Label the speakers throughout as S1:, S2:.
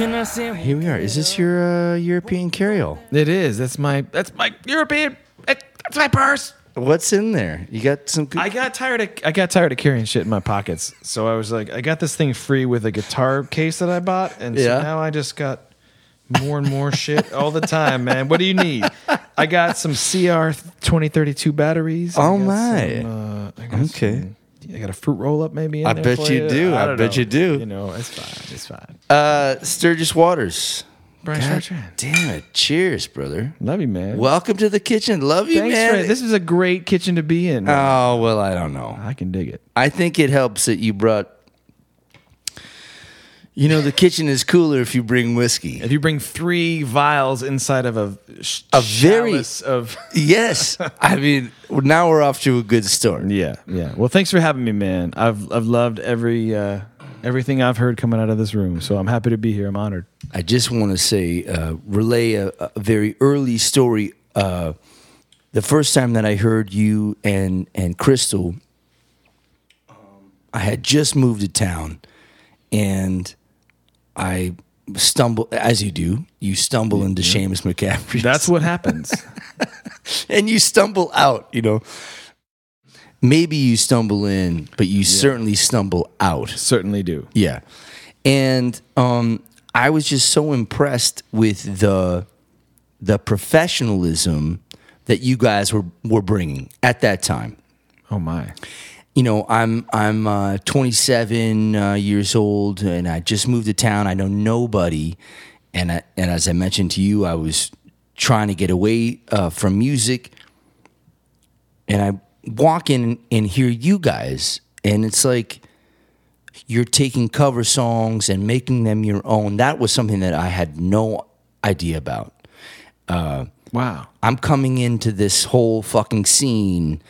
S1: I'm saying?
S2: Here we are. Is this your uh, European carryall?
S1: It is. That's my. That's my European. that- That's my purse.
S2: What's in there? You got some good.
S1: I got tired of I got tired of carrying shit in my pockets, so I was like, I got this thing free with a guitar case that I bought, and
S2: Yeah.
S1: so now I just got more and more shit all the time, man. What do you need? I got some CR twenty thirty two batteries. I
S2: Oh,
S1: got
S2: my.
S1: some, uh, I got
S2: Okay.
S1: some- I got a fruit roll up, maybe. in
S2: I
S1: there
S2: bet
S1: for
S2: you do. I
S1: don't
S2: bet
S1: know.
S2: you do.
S1: You know, it's fine. It's fine.
S2: Uh, Sturgis Waters.
S1: Brian
S2: God
S1: Chartrand.
S2: damn it. Cheers, brother.
S1: Love you, man.
S2: Welcome to the kitchen. Love you,
S1: thanks
S2: man.
S1: for this. Is a great kitchen to be in.
S2: oh, well, I don't know.
S1: I can dig it.
S2: I think it helps that you brought. You know, the kitchen is cooler if you bring whiskey.
S1: If you bring three vials inside of a sh-
S2: A very-
S1: chalice of
S2: Yes. I mean, now we're off to a good start.
S1: yeah yeah. Well, thanks for having me, man. I've I've loved every uh, everything I've heard coming out of this room, so I'm happy to be here. I'm honored.
S2: I just want to say, uh, relay a, a very early story. Uh, the first time that I heard you and and Crystal, um, I had just moved to town, and I stumble as you do. You stumble into Seamus McCaffrey.
S1: That's what happens.
S2: and you stumble out, you know. Maybe you stumble in, but you certainly stumble out.
S1: Certainly do.
S2: Yeah. And um, I was just so impressed with the the professionalism that you guys were were bringing at that time.
S1: Oh my.
S2: You know, I'm I'm uh, 27 uh, years old, and I just moved to town. I know nobody, and I, and as I mentioned to you, I was trying to get away uh, from music and I walk in and hear you guys, and it's like you're taking cover songs and making them your own. That was something that I had no idea about.
S1: Wow.
S2: I'm coming into this whole fucking scene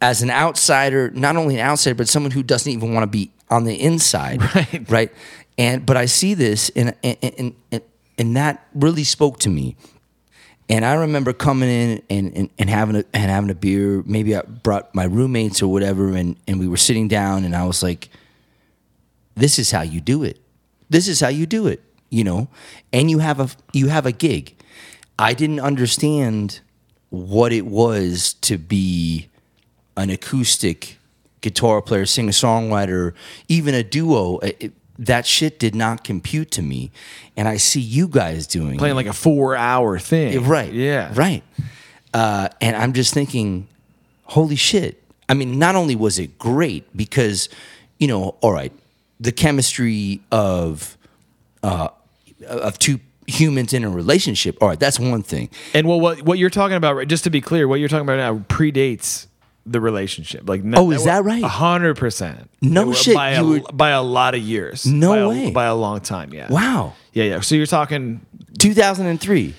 S2: as an outsider, not only an outsider, but someone who doesn't even want to be on the inside.
S1: Right.
S2: Right. And but I see this and and and, and, and that really spoke to me. And I remember coming in and, and, and having a and having a beer. Maybe I brought my roommates or whatever, and, and we were sitting down, and I was like, "This is how you do it. This is how you do it." You know, and you have a you have a gig. I didn't understand what it was to be an acoustic guitar player, singer songwriter, even a duo. It- it- that shit did not compute to me, and I see you guys doing it.
S1: Playing like a four hour thing.
S2: Yeah, Right.
S1: Yeah.
S2: Right. Uh, and I'm just thinking, holy shit. I mean, not only was it great because, you know, all right, the chemistry of uh, of two humans in a relationship. All right, that's one thing.
S1: And well, what what you're talking about, right, just to be clear, what you're talking about now predates the relationship. Like, no,
S2: Oh, is that right?
S1: A hundred percent.
S2: No
S1: By
S2: shit,
S1: a-
S2: you were-
S1: by a lot of years.
S2: No
S1: By a-
S2: way.
S1: by a long time. Yeah.
S2: Wow,
S1: Yeah, yeah. So you're talking
S2: 2003.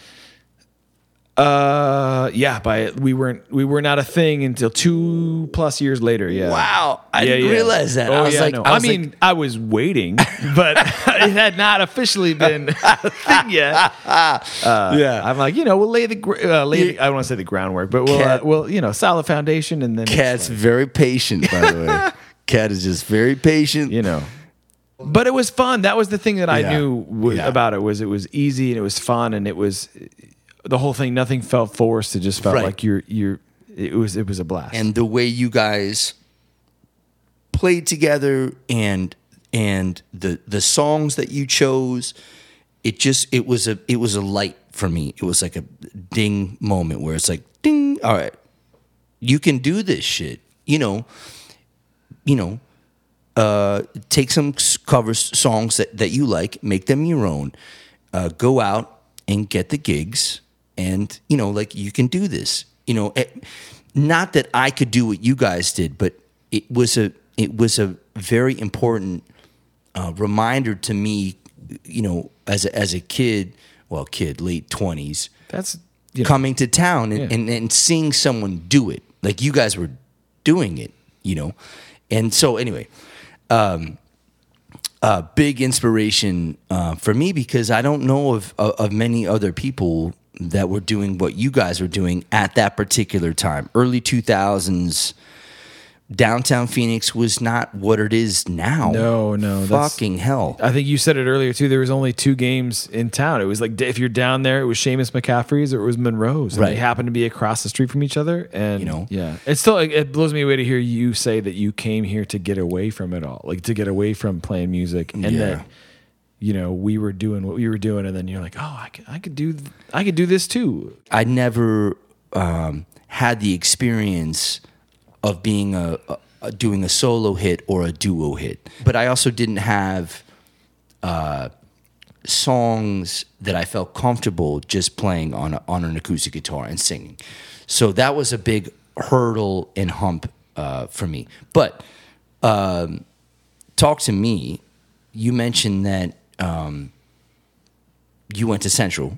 S1: Uh, yeah. By we weren't we were not a thing until two plus years later. Yeah.
S2: Wow, I
S1: Yeah,
S2: didn't
S1: yeah.
S2: realize that.
S1: Oh,
S2: I was
S1: yeah,
S2: like,
S1: no.
S2: I,
S1: I,
S2: was like,
S1: mean, I was waiting, but it had not officially been a thing yet. Uh,
S2: Yeah.
S1: I'm like, you know, we'll lay the gr- uh, lay. The, I don't want to say the groundwork, but we'll uh,
S2: Cat-
S1: we'll you know solid foundation, and then it's
S2: Cat's very patient, by the way. Cat is just very patient.
S1: you know. But it was fun. That was the thing that I
S2: Yeah.
S1: knew was,
S2: Yeah.
S1: about it was it was easy and it was fun and it was the whole thing. Nothing felt forced. It just felt
S2: Right.
S1: like you're you're. It was it was a blast.
S2: and the way you guys played together and and the the songs that you chose it just it was a it was a light for me it was like a ding moment where it's like ding all right you can do this shit you know you know uh take some s- cover s- songs that that you like make them your own uh go out and get the gigs and you know like you can do this you know eh, not that i could do what you guys did but it was a it was a very important uh, reminder to me you know as a, as a kid well kid late 20s
S1: That's you know,
S2: coming to town and,
S1: Yeah.
S2: and, and seeing someone do it. Like you guys were doing it, you know? And so, anyway, um, uh, big inspiration uh, for me because I don't know of, of, of many other people that were doing what you guys were doing at that particular time, early 2000s downtown Phoenix was not what it is now.
S1: No, no, that's-
S2: fucking hell.
S1: I think you said it earlier too. There was only two games in town. It was like if you're down there, it was Seamus McCaffrey's or it was Monroe's. And They
S2: Right.
S1: happened to be across the street from each other. And you
S2: know.
S1: yeah, it still it blows me away to hear you say that you came here to get away from it all, like to get away from playing music, and
S2: Yeah.
S1: that you know we were doing what we were doing, and then you're like, oh, I could, I could do, th- I could do this too.
S2: I never um, had the experience of being a, a- a- doing a solo hit or a duo hit, but I also didn't have uh, songs that I felt comfortable just playing on a, on an acoustic guitar and singing. So that was a big hurdle and hump uh, for me. But um, talk to me. You mentioned that um, you went to Central.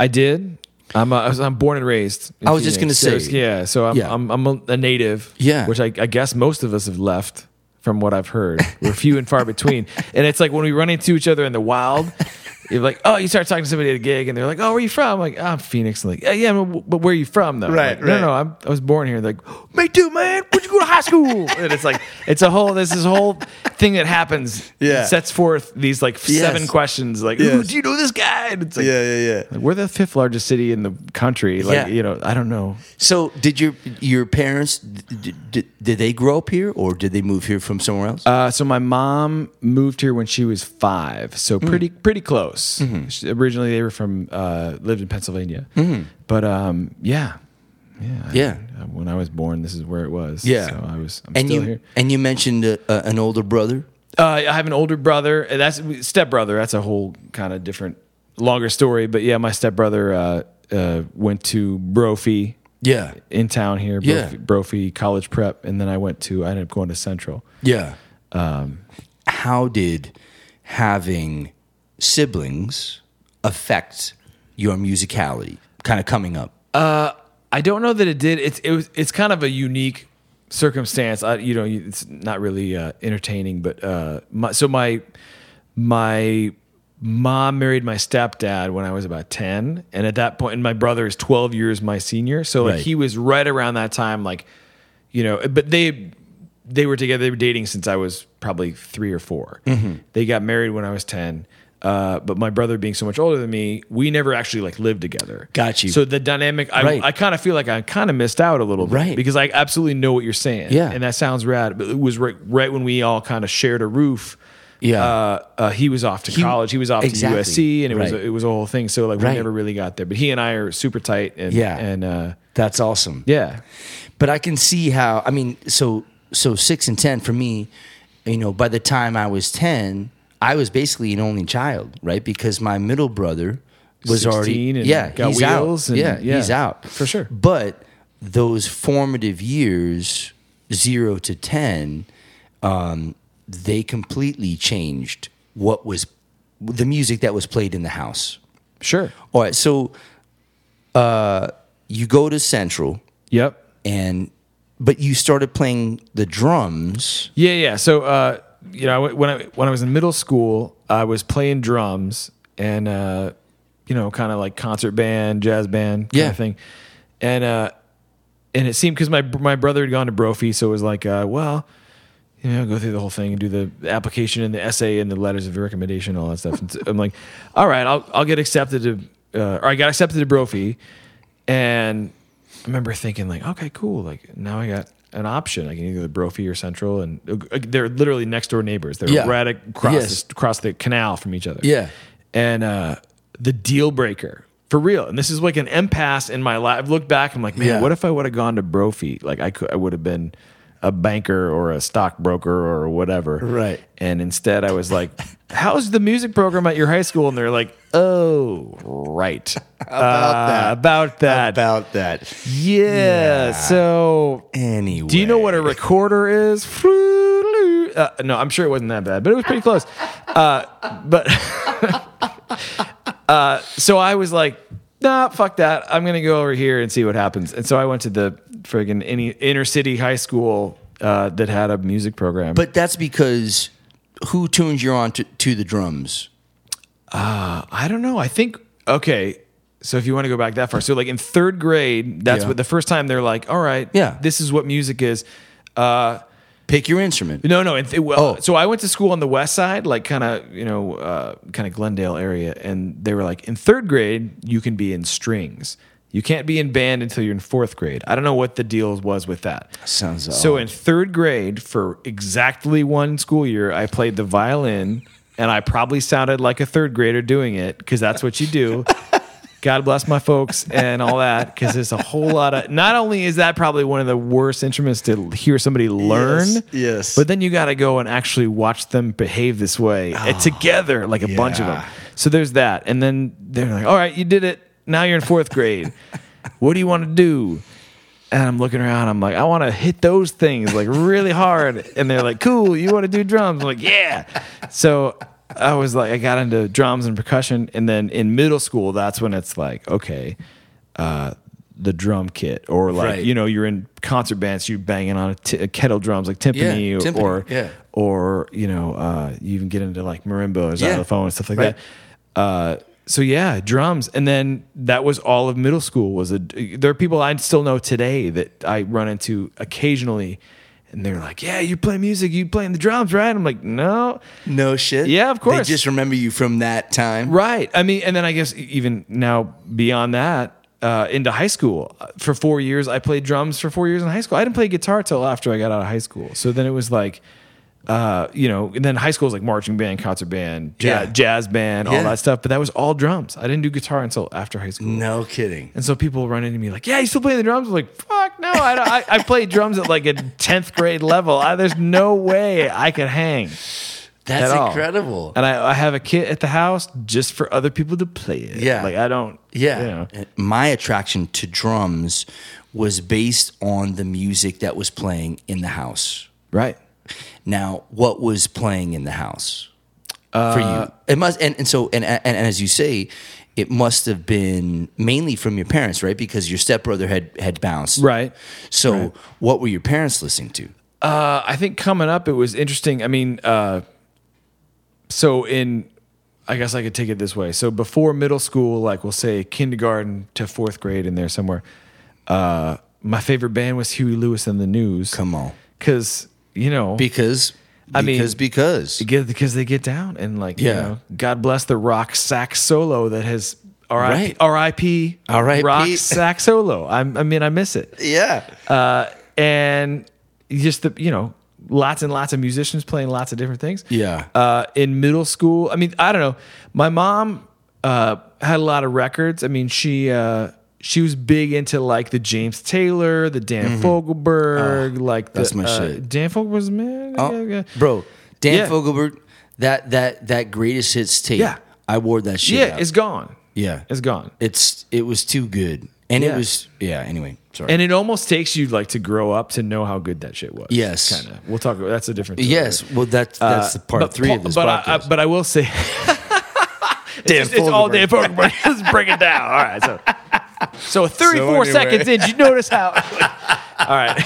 S1: I did. I'm uh, I was- I'm born and raised. in
S2: I was just
S1: Phoenix.
S2: gonna
S1: So,
S2: say-
S1: yeah. So I'm
S2: Yeah.
S1: I'm, I'm a, a native.
S2: Yeah.
S1: which I, I guess most of us have left from what I've heard. We're few and far between, and it's like when we run into each other in the wild. You're like, oh, you start talking to somebody at a gig, and they're like, oh, where are you from? I'm like, I'm Phoenix. I'm like, yeah, yeah, but where are you from though? I'm
S2: Right,
S1: like, No,
S2: right.
S1: no, no, I'm, I was born here. They're like, me too, man. Where'd you go to high school? And it's like, it's a whole, there's this whole thing that happens.
S2: Yeah.
S1: It sets forth these like seven questions, like, "Ooh,
S2: Yes.
S1: do you know this guy? And it's like,
S2: yeah, yeah.
S1: like, we're the fifth largest city in the country. Like,
S2: Yeah.
S1: you know, I don't know.
S2: So, did your your parents did, did, did they grow up here or did they move here from somewhere else?
S1: Uh, so my mom moved here when she was five, so pretty pretty close. She- originally, they were from uh, lived in Pennsylvania, but um, yeah, yeah, I-
S2: Yeah.
S1: uh, when I was born, this is where it was.
S2: Yeah.
S1: so I was. I'm
S2: and
S1: still
S2: you
S1: here.
S2: and you mentioned uh, uh, an older brother.
S1: Uh, I have an older brother. and That's stepbrother. That's a whole kind of different, longer story. But yeah, my stepbrother uh, uh, went to Brophy.
S2: Yeah,
S1: in town here,
S2: Yeah.
S1: Brophy, Brophy College Prep, and then I went to I ended up going to Central.
S2: yeah. Um, How did having siblings affect your musicality? Kind of coming up.
S1: I don't know that it did. It's it was it's kind of a unique circumstance. I, you know, you- it's not really uh, entertaining, but uh, my, so my my mom married my stepdad when I was about ten, and at that point, and my brother is twelve years my senior, so like
S2: Right.
S1: he was right around that time, like you know, but they. They were together. They were dating since I was probably three or 4
S2: Mm-hmm.
S1: They got married when I was ten. Uh, but my brother being so much older than me, we never actually like lived together.
S2: Got you.
S1: So the dynamic, I,
S2: Right.
S1: I kind of feel like I kind of missed out a little bit
S2: Right.
S1: because I absolutely know what you're saying.
S2: Yeah.
S1: And that sounds rad. But it was right, right when we all kind of shared a roof.
S2: Yeah.
S1: Uh, uh, he was off to college. He was off
S2: Exactly.
S1: to USC and it was,
S2: Right.
S1: it was a whole thing. So like we
S2: Right.
S1: never really got there, but he and I are super tight and,
S2: Yeah.
S1: and, uh,
S2: That's awesome.
S1: yeah.
S2: but I can see how. I mean, so so six and ten for me. You know, by the time I was ten, I was basically an only child, right? Because my middle brother was
S1: 16
S2: already
S1: and
S2: yeah,
S1: got
S2: he's
S1: wheels
S2: out.
S1: and-
S2: yeah,
S1: yeah,
S2: he's out
S1: for sure.
S2: But those formative years, zero to ten, um, they completely changed what was the music that was played in the house.
S1: Sure.
S2: All right, so uh, you go to Central
S1: Yep.
S2: and but you started playing the drums.
S1: Yeah, yeah. So uh, you know, I went- when I when I was in middle school, I was playing drums and uh, you know, kind of like concert band, jazz band, kind
S2: Yeah.
S1: of thing, and uh, and it seemed because my my brother had gone to Brophy, so it was like, uh, well. You know, go through the whole thing and do the application and the essay and the letters of recommendation, and all that stuff. And so I'm like, all right, I'll I'll get accepted to, uh, or I got accepted to Brophy, and I remember thinking like, okay, cool. Like now I got an option. I can either go to Brophy or Central, and uh, they're literally next door neighbors. They're
S2: Yeah.
S1: right across
S2: Yes.
S1: the, across the canal from each other.
S2: Yeah.
S1: and uh, the deal breaker for real. And this is like an impasse in my life. I've looked back. I'm like, man,
S2: Yeah.
S1: what if I would have gone to Brophy? Like I could, I would have been a banker or a stockbroker or whatever.
S2: Right.
S1: And instead, I was like, "How's the music program at your high school?" And they're like, "Oh, right." about that. About that.
S2: About that.
S1: Yeah. So,
S2: Anyway.
S1: do you know what a recorder is? Uh, no, I'm sure it wasn't that bad, but it was pretty close. Uh, but uh, so I was like, nah, fuck that. I'm gonna go over here and see what happens. And so I went to the friggin' any inner city high school uh, that had a music program.
S2: But that's because who tunes you on to, to the drums?
S1: I don't know. I think okay. So if you want to go back that far, so like in third grade, that's
S2: Yeah.
S1: what the first time they're like, all right,
S2: Yeah.
S1: this is what music is. Uh,
S2: Pick your instrument.
S1: no, no. And th- well,
S2: Oh.
S1: So I went to school on the west side, like kind of, you know, uh, kind of Glendale area. And they were like, in third grade, you can be in strings. You can't be in band until you're in fourth grade. I don't know what the deal was with that.
S2: Sounds
S1: So
S2: odd.
S1: in third grade, for exactly one school year, I played the violin, and I probably sounded like a third grader doing it because that's what you do. God bless my folks and all that because there's a whole lot of. Not only is that probably one of the worst instruments to hear somebody learn,
S2: Yes, yes.
S1: but then you got to go and actually watch them behave this way uh, together, like a bunch of them.
S2: Oh, yeah.
S1: So there's that, and then they're like, "All right, you did it. Now you're in fourth grade. what do you want to do?" And I'm looking around. I'm like, I want to hit those things like really hard. And they're like, cool, you want to do drums? I'm like, yeah. So I was like, I got into drums and percussion. And then in middle school, that's when it's like, okay, uh, the drum kit, or like,
S2: Right.
S1: you know, you're in concert bands, you're banging on a t- kettle drums, like timpani,
S2: Yeah,
S1: or,
S2: timpani,
S1: or,
S2: yeah.
S1: or, you know, uh, you even get into like marimba or
S2: Yeah.
S1: xylophone and stuff like
S2: Right.
S1: that uh, so yeah, drums, and then that was all of middle school. Was a there are people I still know today that I run into occasionally, and they're like, "Yeah, you play music, you playing the drums, right?" I'm like, "No,
S2: No shit.
S1: Yeah, of course.
S2: They just remember you from that time.
S1: right." I mean, and then I guess e, even now beyond that, uh, into high school for four years, I played drums for four years in high school. I didn't play guitar till after I got out of high school. So then it was like. Uh, you know, and then high school is like marching band, concert band, ja-
S2: Yeah.
S1: jazz band, all
S2: Yeah.
S1: that stuff. But that was all drums. I didn't do guitar until after high school.
S2: No kidding.
S1: And so people run into me like, "Yeah, you still playing the drums?" I'm like, "Fuck no! I don't- I, I played drums at like a tenth grade level. I, there's no way I could hang at
S2: That's
S1: all."
S2: incredible.
S1: And I, I have a kit at the house just for other people to play it.
S2: Yeah.
S1: like I don't. you
S2: Yeah.
S1: know.
S2: My attraction to drums was based on the music that was playing in the house.
S1: right.
S2: Now, what was playing in the house for
S1: Uh,
S2: you? It must and, and so and, and and as you say, it must have been mainly from your parents, right? Because your stepbrother had had bounced.
S1: Right.
S2: So what were your parents listening to?
S1: Uh, I think coming up, it was interesting. I mean, uh, so in, I guess I could take it this way. So before middle school, like we'll say kindergarten to fourth grade in there somewhere, uh, my favorite band was Huey Lewis and the News.
S2: Come on.
S1: because you know
S2: Because
S1: I mean-
S2: because because
S1: get- because they get down and like you
S2: Yeah.
S1: know, God bless the rock sax solo that has R.I.P.
S2: Right.
S1: R.I.P.
S2: R.I.P..
S1: rock sax solo. I'm, I mean, I miss it.
S2: yeah.
S1: Uh, and just the you know lots and lots of musicians playing lots of different things.
S2: Yeah.
S1: Uh, in middle school, I mean, I don't know. My mom uh, had a lot of records. I mean, she. Uh, she was big into like the James Taylor, the Dan Fogelberg, like the,
S2: Mm-hmm. Ah, that's my
S1: uh,
S2: shit.
S1: Dan Fogelberg's man.
S2: Oh, bro, Dan
S1: Yeah.
S2: Fogelberg, that that that greatest hits tape.
S1: Yeah.
S2: I wore that shit.
S1: Yeah,
S2: out.
S1: it's gone.
S2: yeah.
S1: It's gone.
S2: It's it was too good, and
S1: Yeah.
S2: it was yeah. Anyway, sorry.
S1: And it almost takes you like to grow up to know how good that shit was.
S2: Yes.
S1: kind of. We'll talk. about That's a different. story.
S2: yes, well that's that's the part
S1: Uh, But
S2: three
S1: Paul-
S2: of this
S1: but I, I,
S2: podcast.
S1: but I will say, it's, it's all Dan Fogelberg. Let's break it down. All right. So, so 34
S2: So anyway.
S1: seconds in, you notice how. all right.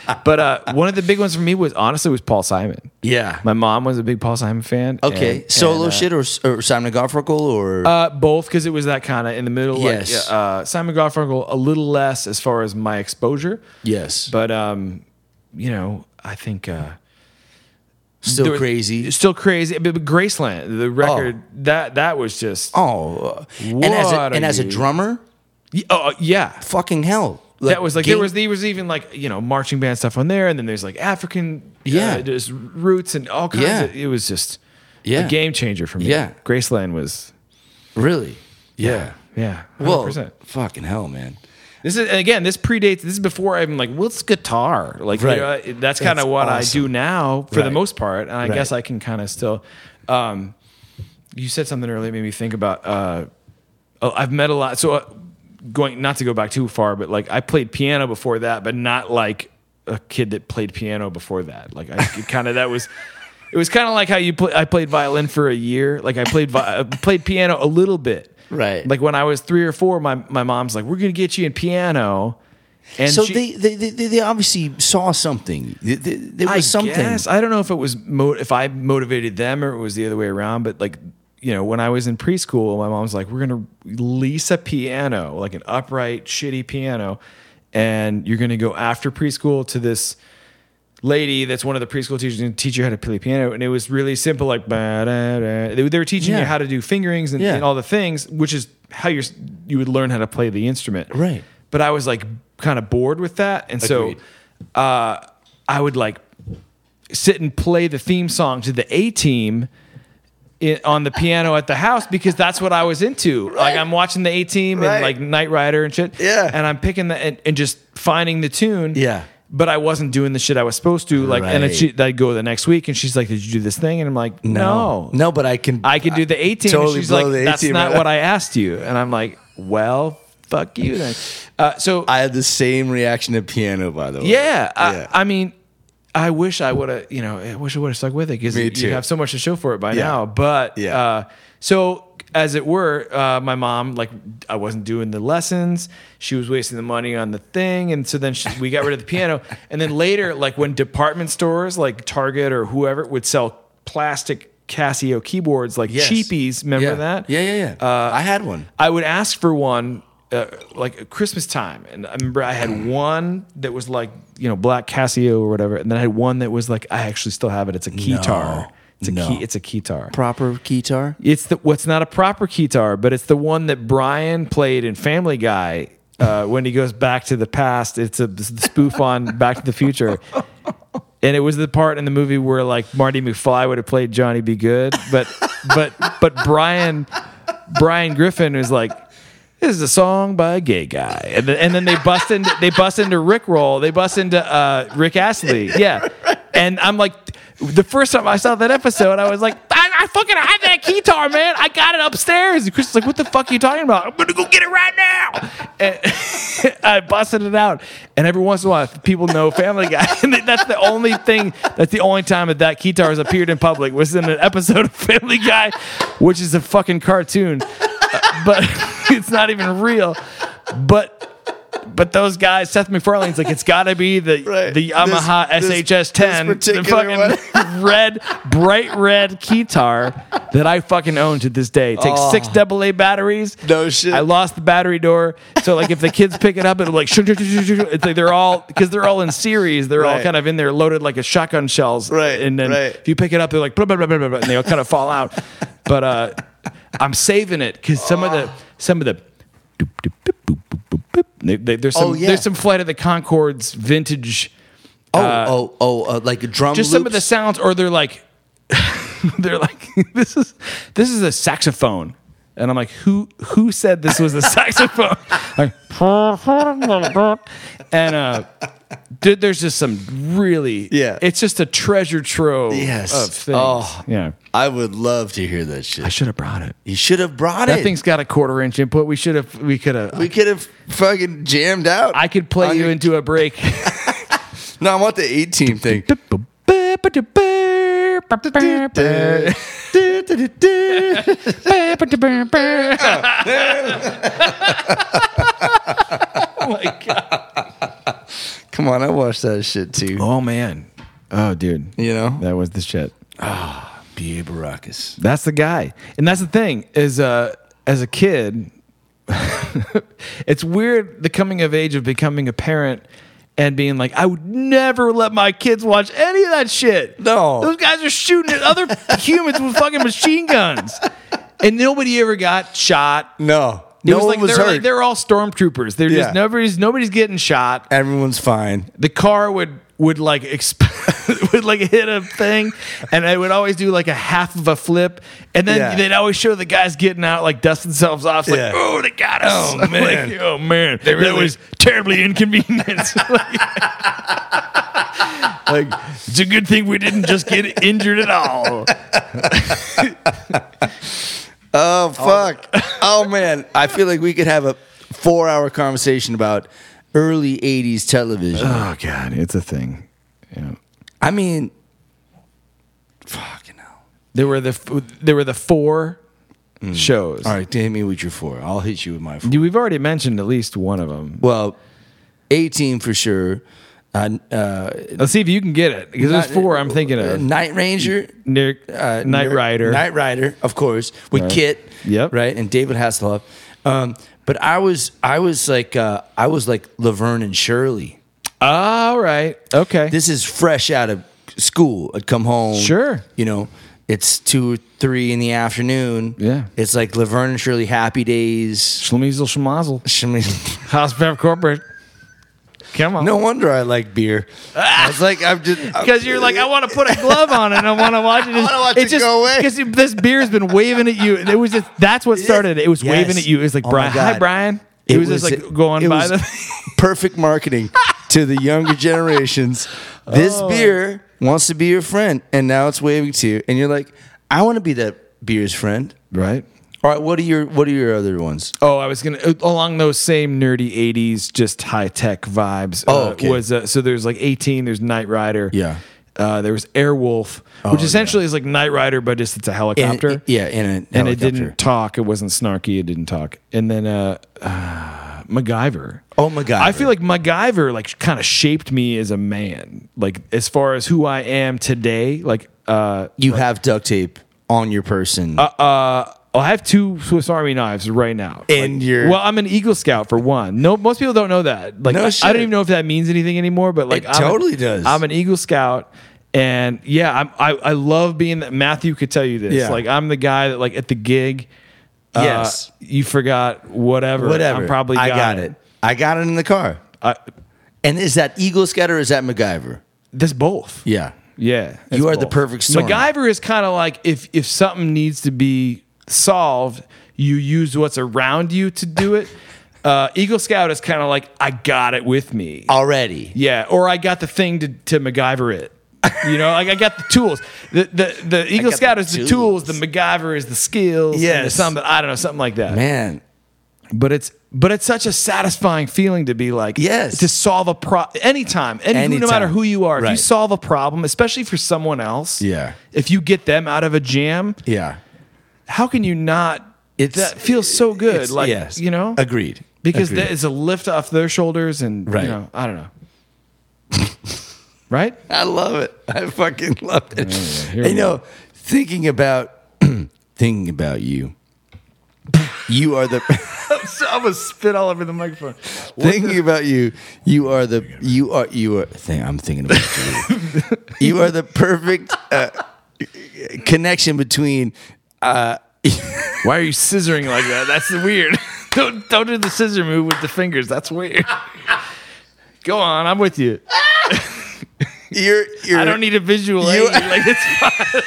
S1: but uh, one of the big ones for me was honestly was Paul Simon.
S2: yeah.
S1: My mom was a big Paul Simon fan.
S2: okay,
S1: and-
S2: solo
S1: and, uh,
S2: shit or, or Simon and Garfunkel or
S1: Uh, both, because it was that kind of in the middle.
S2: Yes.
S1: Like, uh, Simon Garfunkel, a little less as far as my exposure.
S2: yes,
S1: But um, you know, I think uh,
S2: still
S1: there was-
S2: crazy.
S1: still crazy. But but Graceland, the record that that was just oh,
S2: Oh, uh, and as a,
S1: What
S2: and
S1: are
S2: as a
S1: you-
S2: drummer,
S1: uh, yeah.
S2: fucking hell.
S1: that was like there
S2: gang-
S1: was there was even like you know marching band stuff on there, and then there's like African
S2: Yeah.
S1: uh, just roots and all kinds.
S2: Yeah.
S1: of It was just
S2: Yeah.
S1: a game changer for me.
S2: Yeah.
S1: Graceland was
S2: really yeah.
S1: yeah. 100%.
S2: Well, fucking hell, man.
S1: This is and again. This predates. This is before I even like what's guitar. Like you
S2: Right.
S1: know, that's kind
S2: That's
S1: of what
S2: awesome.
S1: I do now for the
S2: Right.
S1: most part, and I
S2: Right.
S1: guess I can kind of still. Um, you said something earlier that made me think about. Uh, oh, I've met a lot. So uh, going not to go back too far, but like I played piano before that, but not like a kid that played piano before that. Like I kind of that was. It was kind of like how you play. I played violin for a year. Like I played vi- I played piano a little bit.
S2: Right.
S1: Like when I was three or four, my, my mom's like, "We're gonna get you in piano." And
S2: So
S1: she-
S2: they, they they they obviously saw something. Th- th- There was
S1: I
S2: something.
S1: guess. I don't know if it was mo- if I motivated them or it was the other way around, but like you know, when I was in preschool, my mom's like, "We're gonna lease a piano, like an upright, shitty piano, and you're gonna go after preschool to this." lady that's one of the preschool teachers and teach you how to play piano and it was really simple like ba, da, da. They, they were teaching
S2: Yeah.
S1: you how to do fingerings and,
S2: Yeah.
S1: and all the things which is how you're s- you would learn how to play the instrument
S2: Right.
S1: but i was like kind of bored with that and
S2: Agreed.
S1: so uh, i would like sit and play the theme song to the a team it, on the piano at the house because that's what I was into. Like I'm watching the A Team
S2: Right.
S1: and like Knight Rider and shit.
S2: Yeah.
S1: And I'm picking the and, and just finding the tune.
S2: Yeah.
S1: But I wasn't doing the shit I was supposed to. Like, and then
S2: Right.
S1: she, I'd go the next week and she's like, "Did you do this thing?" And I'm like, "No,
S2: no, but I can.
S1: I can do the A team."
S2: Totally
S1: and she's
S2: blow
S1: like,
S2: the
S1: "That's
S2: A-team
S1: not
S2: out.
S1: what I asked you." And I'm like, "Well, fuck you then." Uh, so
S2: I had the same reaction to piano, by the way.
S1: yeah, I,
S2: Yeah.
S1: I mean, I wish I would have, you know, I wish I would have stuck with it because
S2: Me
S1: you
S2: too.
S1: have so much to show for it by
S2: Yeah.
S1: now. But
S2: Yeah.
S1: uh, so as it were, uh, my mom like I wasn't doing the lessons. She was wasting the money on the thing, and so then she, we got rid of the piano. And then later, like when department stores like Target or whoever would sell plastic Casio keyboards, like
S2: Yes.
S1: cheapies, remember
S2: Yeah.
S1: that? Uh,
S2: Yeah, yeah, yeah. I had one.
S1: I would ask for one uh, like at Christmas time, and I remember I had one that was like you know black Casio or whatever, and then I had one that was like I actually still have it. It's a keytar. it's a
S2: no.
S1: key. It's a keytar.
S2: Proper guitar.
S1: It's the what's not a proper keytar, but it's the one that Brian played in Family Guy uh, when he goes back to the past. It's a it's the spoof on Back to the Future. And it was the part in the movie where like Marty McFly would have played Johnny Be Good, but but but Brian Brian Griffin was like, "This is a song by a gay guy," and then, and then they bust into they bust into Rick Roll, they bust into uh, Rick Astley, yeah. And I'm like, the first time I saw that episode, I was like, I, I fucking had that guitar, man. I got it upstairs. And Chris is like, what the fuck are you talking about? I'm gonna go get it right now. And I busted it out. And every once in a while, people know Family Guy. And that's the only thing, that's the only time that that guitar has appeared in public was in an episode of Family Guy, which is a fucking cartoon. Uh, but it's not even real. But but those guys, Seth MacFarlane's like, it's got to be the
S2: Right.
S1: the
S2: This-
S1: Yamaha
S2: this-
S1: SHS 10,
S2: this
S1: the
S2: particular
S1: fucking red, bright red guitar that I fucking own to this day. It takes six AA batteries.
S2: Oh. No shit.
S1: I lost the battery door. So like, if the kids pick it up, it'll like, shoo, shoo, shoo, shoo, shoo. it's like they're all because they're all in series. They're all
S2: Right.
S1: kind of in there loaded like a shotgun shells.
S2: Right,
S1: And then
S2: right.
S1: if you pick it up, they're like blah blah blah blah blah, blah and they all kind of fall out. But uh, I'm saving it because some of the some of the they, they, there's some
S2: Oh, yeah.
S1: there's some Flight of the Concords vintage
S2: Oh, oh, oh, uh, like a drum.
S1: just some of the
S2: loops?
S1: sounds or they're like they're like this is this is a saxophone and i'm like who who said this was a saxophone like and uh dude, there's just some really
S2: Yeah.
S1: it's just a treasure trove
S2: Yes.
S1: of things
S2: Oh.
S1: yeah
S2: I would love to hear that
S1: i
S2: shit.
S1: should have brought it
S2: You should have brought
S1: that
S2: it.
S1: thing's got a quarter inch input we should have we could have
S2: we could have fucking jammed out.
S1: i could play
S2: on
S1: you
S2: your-
S1: into a break
S2: No, I want the 18 thing.
S1: oh my god.
S2: Come on, I watched that shit too.
S1: Oh man. Oh dude.
S2: You know?
S1: That was the shit.
S2: B.A. Baracus.
S1: That's the guy. And that's the thing is uh as a kid it's weird the coming of age of becoming a parent and being like, I would never let my kids watch any of that shit.
S2: No.
S1: Those guys are shooting at other humans with fucking machine guns. And nobody ever got shot.
S2: No.
S1: It
S2: no
S1: was
S2: one
S1: like
S2: was
S1: they're
S2: hurt.
S1: like they're all stormtroopers. They're
S2: Yeah.
S1: just nobody's nobody's getting shot.
S2: Everyone's fine.
S1: The car would would like exp- would like hit a thing, and it would always do like a half of a flip, and then
S2: Yeah.
S1: they'd always show the guys getting out like dust themselves off, like
S2: Yeah.
S1: oh they got us,
S2: Oh,
S1: Like,
S2: man.
S1: oh man, that
S2: really-
S1: was terribly inconvenient. like, like, it's a good thing we didn't just get injured at all.
S2: Oh, fuck. oh, man. I feel like we could have a four hour conversation about early 80s television.
S1: Oh god, it's a thing. Yeah.
S2: I mean, fucking hell.
S1: There were the f- there were the four shows.
S2: Mm. All right, hit me with your four. I'll hit you with my four.
S1: Dude, We've already mentioned at least one of them.
S2: Well, 18 for sure. Uh, uh,
S1: Let's see if you can get it because there's four I'm thinking
S2: uh,
S1: of.
S2: Night Ranger.
S1: Nick, uh, Knight Rider.
S2: Knight Rider, of course, with
S1: Right.
S2: Kit.
S1: Yep.
S2: Right, and David Hasselhoff. Um, but I was, I was like, uh, I was like Laverne and Shirley.
S1: All right. Okay.
S2: This is fresh out of school. I'd come home.
S1: Sure.
S2: You know, it's two or three in the afternoon.
S1: Yeah.
S2: It's like Laverne and Shirley Happy Days.
S1: Schlemizel schmazel. House Pep Corporate. Come on.
S2: No wonder I like beer. I was like, I'm just
S1: Because you're like, I want to put a glove on and I want to watch it.
S2: wanna watch it
S1: just,
S2: go away.
S1: Because this beer's been waving at you. It was just that's what started. it. It was
S2: Yes.
S1: waving at you. It was like,
S2: Oh my
S1: Brian, hi
S2: God.
S1: Brian. It, was, just like going
S2: it
S1: by
S2: was
S1: the.
S2: perfect marketing to the younger generations. This
S1: Oh.
S2: beer wants to be your friend, and now it's waving to you, and you're like, I want to be that beer's friend.
S1: Right.
S2: All right, what are your what are your other ones?
S1: Oh, I was gonna along those same nerdy '80s, just high tech vibes.
S2: Oh,
S1: uh,
S2: okay.
S1: was uh, so there's like 18. There's Knight Rider.
S2: Yeah. Oh,
S1: Uh, there was Airwolf, which essentially is like Knight Rider, but just it's a helicopter.
S2: In- yeah, in a
S1: and it
S2: helicopter.
S1: didn't talk. It wasn't snarky. It didn't talk. And then uh, uh MacGyver.
S2: Oh, MacGyver.
S1: I feel like MacGyver like kind of shaped me as a man. Like as far as who I am today. Like uh,
S2: You have duct tape on your person.
S1: uh, I have two Swiss Army knives right now.
S2: And
S1: Like,
S2: you're-
S1: well, I'm an Eagle Scout for one. No, most people don't know that. Like,
S2: No
S1: I, I
S2: shit.
S1: don't even know if that means anything anymore. But like,
S2: It
S1: I'm a-
S2: totally does.
S1: I'm an Eagle Scout, and yeah, I'm, I I love being that. Matthew could tell you this.
S2: Yeah.
S1: Like, I'm the guy that like at the gig. uh,
S2: Yes.
S1: you forgot whatever.
S2: Whatever.
S1: I'm probably Uh,
S2: I got it. I got it in the car.
S1: I,
S2: And is that Eagle Scout or is that MacGyver?
S1: that's both.
S2: Yeah.
S1: Yeah,
S2: You
S1: it's
S2: are the perfect storm.
S1: MacGyver is kind of like if if something needs to be solved, you use what's around you to do it. Uh, Eagle Scout is kind of like I got it with me.
S2: Already.
S1: Yeah, or I got the thing to to MacGyver it. You know, like I got the tools. The the, the Eagle
S2: got
S1: Scout
S2: the
S1: is the tools. The MacGyver is the skills. and
S2: Yes.
S1: the something I don't know, something like that.
S2: Man.
S1: But it's but it's such a satisfying feeling to be like
S2: Yes.
S1: to solve a problem anytime, any, no
S2: Anytime.
S1: matter who you are. If you
S2: Right.
S1: solve a problem, especially for someone else,
S2: Yeah.
S1: If you get them out of a jam,
S2: Yeah.
S1: how can you not? It
S2: It's-
S1: that feels so good,
S2: It's-
S1: like
S2: yes.
S1: you know,
S2: Agreed.
S1: because
S2: Agreed.
S1: that is a lift off their shoulders, and
S2: Right.
S1: you know, I don't know, right?
S2: I love it. I fucking love it.
S1: here
S2: you
S1: we
S2: know, thinking about thinking about you. You are the
S1: I'm gonna spit all over the microphone.
S2: thinking about you. You are the you are you are. Think, I'm thinking about you. you are the perfect uh, connection between
S1: Why are you scissoring like that? That's weird. don't don't do the scissor move with the fingers. That's weird. Go on, I'm with you.
S2: your your.
S1: I don't need a visual
S2: You-
S1: aid. Like it's fine.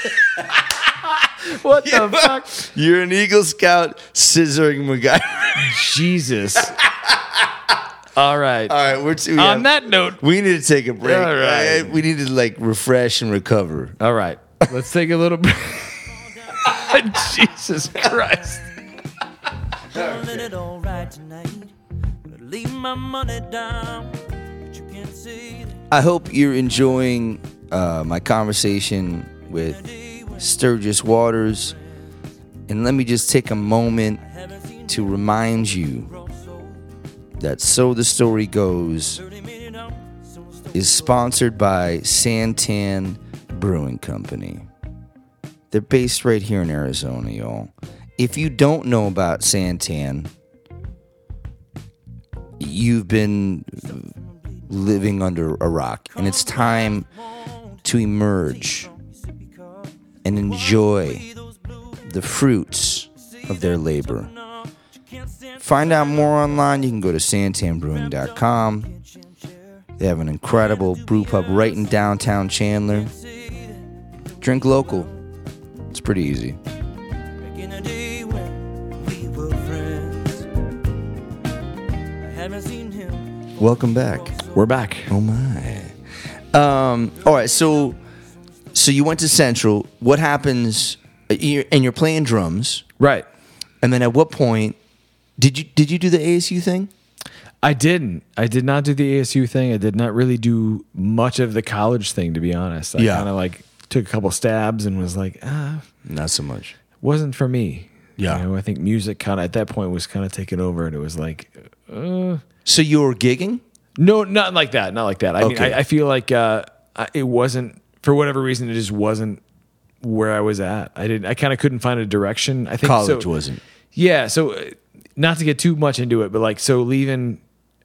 S1: what the fuck?
S2: You're an Eagle Scout scissoring MacGyver.
S1: Jesus. All right.
S2: All right, we're too, we
S1: On
S2: have-
S1: that note.
S2: We need to take a break.
S1: All right.
S2: Uh, We need to like refresh and recover.
S1: All right. Let's take a little break. Jesus Christ.
S3: Calling it all right tonight. But leave my money down. But you can't see that
S2: I hope you're enjoying uh, my conversation with Sturgis Waters. And let me just take a moment
S3: haven't seen
S2: to remind you
S3: your soul.
S2: that So the Story Goes
S3: 30 million hours. So it's the
S2: is sponsored by Santan Brewing Company. They're based right here in Arizona, y'all. If you don't know about Santan, you've been living under a rock, and it's time to emerge and enjoy the fruits of their labor. Find out more online. You can go to santanbrewing.com. They have an incredible brew pub right in downtown Chandler. Drink local. It's pretty easy.
S3: back in the day when we were friends. I haven't seen him.
S2: Welcome back.
S1: We're back.
S2: Oh my. Um, all right, so so you went to Central. What happens? You're, and you're playing drums.
S1: Right.
S2: And then at what point did you did you do the ASU thing?
S1: I didn't. I did not do the ASU thing. I did not really do much of the college thing, to be honest. I
S2: Yeah.
S1: kind of like took a couple stabs and was like, ah,
S2: Not so much.
S1: wasn't for me.
S2: Yeah.
S1: You know, I think music kind of at that point was kind of taking over and it was like,
S2: So you were gigging?
S1: no, not like that. Not like that. I mean,
S2: Okay.
S1: I, I feel like uh, I, it wasn't, for whatever reason, it just wasn't where I was at. I didn't, I kind of couldn't find a direction. I think so-
S2: wasn't.
S1: Yeah. So, uh, not to get too much into it, but like, so leaving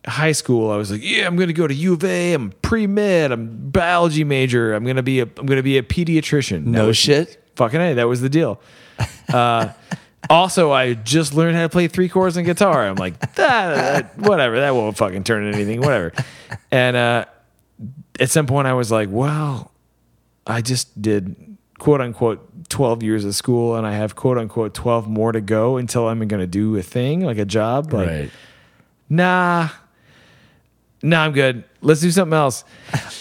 S1: high school, I was like, yeah, I'm gonna go to U of A. I'm pre med. I'm biology major. I'm gonna be a I'm gonna be a pediatrician. That
S2: No
S1: was-
S2: shit.
S1: Fucking a, that was the deal. Uh, also, I just learned how to play three chords on guitar. I'm like, that, that- whatever. That won't fucking turn into anything. Whatever. And uh, at some point, I was like, well, I just did quote unquote 12 years of school and I have quote unquote 12 more to go until I'm going to do a thing like a job. Like, nah, nah, I'm good. Let's do something else.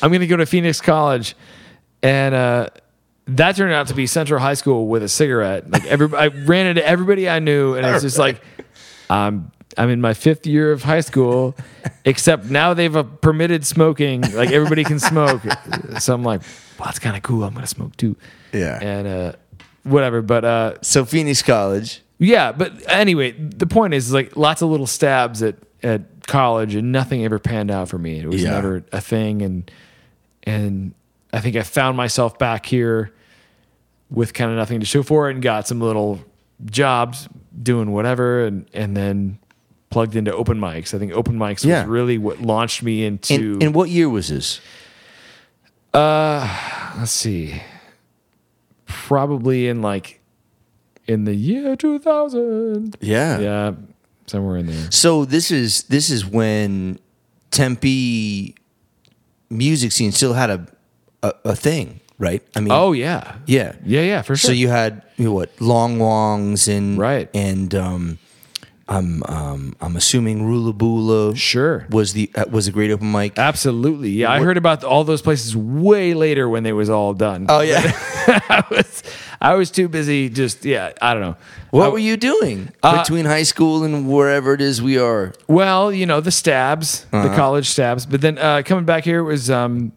S1: I'm going to go to Phoenix College. And uh, that turned out to be Central High School with a cigarette. Like every, I ran into everybody I knew, and it's just like, I'm, I'm in my fifth year of high school, except now they've uh, permitted smoking. Like everybody can smoke. so I'm like, well, that's kind of cool. I'm going to smoke too.
S2: Yeah.
S1: And uh, whatever. But uh,
S2: So Phoenix College.
S1: yeah, but anyway, the point is like lots of little stabs at at college, and nothing ever panned out for me. It was
S2: Yeah.
S1: never a thing, and and I think I found myself back here with kind of nothing to show for it, and got some little jobs doing whatever, and and then plugged into open mics. I think open mics
S2: Yeah.
S1: was really what launched me into.
S2: And, and what year was this?
S1: uh, let's see, probably in like in the year two thousand.
S2: Yeah.
S1: Yeah, somewhere in there.
S2: So this is this is when Tempe music scene still had a a, a thing, right? I mean,
S1: Oh yeah,
S2: yeah,
S1: yeah, yeah, for sure.
S2: So you had you know, what Long Wongs and
S1: Right.
S2: and um, I'm um, I'm assuming Rula Bula
S1: Sure.
S2: was the uh, was a great open mic.
S1: absolutely, yeah. I heard about all those places way later when they was all done.
S2: oh yeah,
S1: I was, I was too busy. Just yeah, I don't know. Uh,
S2: what were you doing between high school and wherever it is we are?
S1: Well, you know the stabs, the
S2: Uh-huh.
S1: college stabs. But then uh, coming back here was um.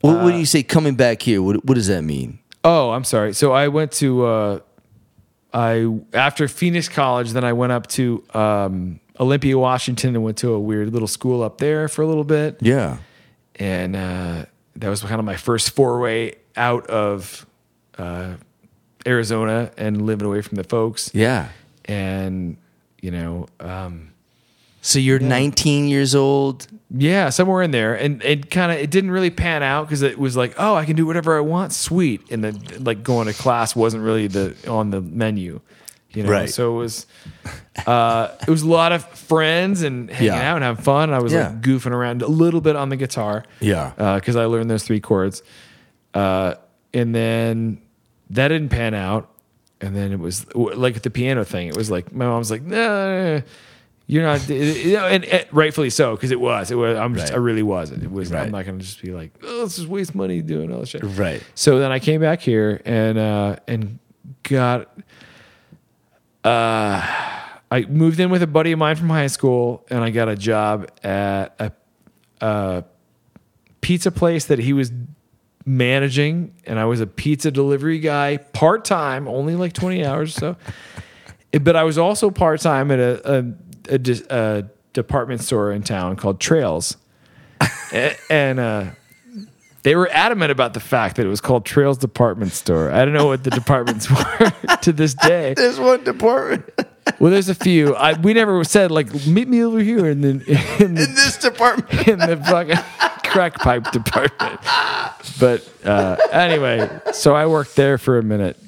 S2: What, what do you say coming back here? What what does that mean?
S1: Oh, I'm sorry. So I went to uh, I after Phoenix College, then I went up to um, Olympia, Washington, and went to a weird little school up there for a little bit.
S2: Yeah,
S1: and uh, that was kind of my first foray out of uh, Arizona and living away from the folks.
S2: yeah.
S1: And you know, um,
S2: So you're 19 years old.
S1: yeah, somewhere in there, and it kind of it didn't really pan out because it was like, oh, I can do whatever I want, sweet, and then like going to class wasn't really the on the menu, you know.
S2: Right.
S1: So it was, uh, it was a lot of friends and hanging
S2: Yeah.
S1: out and having fun. And I was
S2: Yeah.
S1: like goofing around a little bit on the guitar, Uh,
S2: Yeah.
S1: because I learned those three chords. Uh, and then that didn't pan out. And then it was like at the piano thing. It was like my mom's like, no, no, no, you're not, you know, and, and rightfully so because it was. It was. I'm just.
S2: Right.
S1: I really wasn't. It was.
S2: Right.
S1: I'm not gonna just be like, oh, let's just waste money doing all this shit.
S2: Right.
S1: So then I came back here and uh, and got uh, I moved in with a buddy of mine from high school, and I got a job at a, a pizza place that he was managing, and I was a pizza delivery guy part time, only like twenty hours or so. But I was also part time at a, a, a, dis- a department store in town called Trails, A- and uh, they were adamant about the fact that it was called Trails Department Store. I don't know what the departments were to this day.
S2: There's one department.
S1: Well, there's a few. I, we never said like meet me over here in the in the,
S2: in this department.
S1: in the fucking crack pipe department. But uh, anyway, so I worked there for a minute,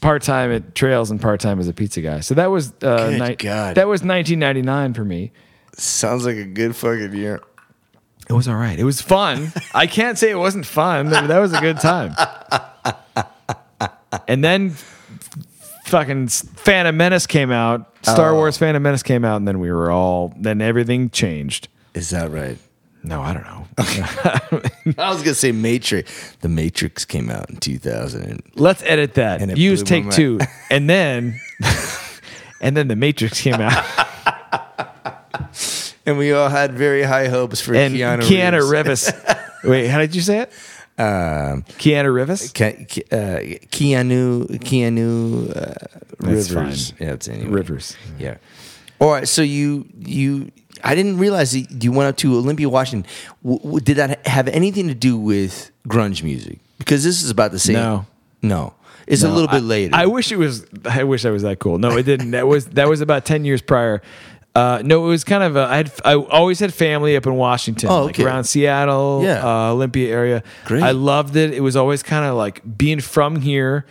S1: part time at Trails and part time as a pizza guy. So that was uh,
S2: Good God.
S1: that was 1999 for me.
S2: Sounds like a good fucking year.
S1: It was all right. It was fun. I can't say it wasn't fun. but That was a good time. And then fucking Phantom Menace came out. Star
S2: Oh.
S1: Wars Phantom Menace came out, and then we were all. Then everything changed.
S2: Is that right?
S1: No, I don't know.
S2: I was gonna say Matrix. The Matrix came out in 2000. and-
S1: Let's edit that.
S2: And it
S1: Use
S2: blew my
S1: take two, and then, and then the Matrix came out,
S2: And we all had very high hopes for
S1: and
S2: Keanu,
S1: Keanu,
S2: Reeves.
S1: Reeves. Wait, how did you say it? Um, Keanu Reeves.
S2: Ke- Ke- uh, Keanu Keanu uh,
S1: That's
S2: Rivers.
S1: fine.
S2: Yeah, it's anyway.
S1: Rivers.
S2: Yeah. All right. So you you I didn't realize that you went up to Olympia, Washington. W- w- did that have anything to do with grunge music? Because this is about the same.
S1: No.
S2: No. It's a little
S1: I-
S2: bit later.
S1: I wish it was. I wish I was that cool. No, it didn't. That was that was about ten years prior. Uh, no, it was kind of a, I had I always had family up in Washington,
S2: Oh,
S1: like
S2: okay.
S1: around Seattle,
S2: Yeah.
S1: uh, Olympia area.
S2: Great.
S1: I loved it. It was always kind of like being from here.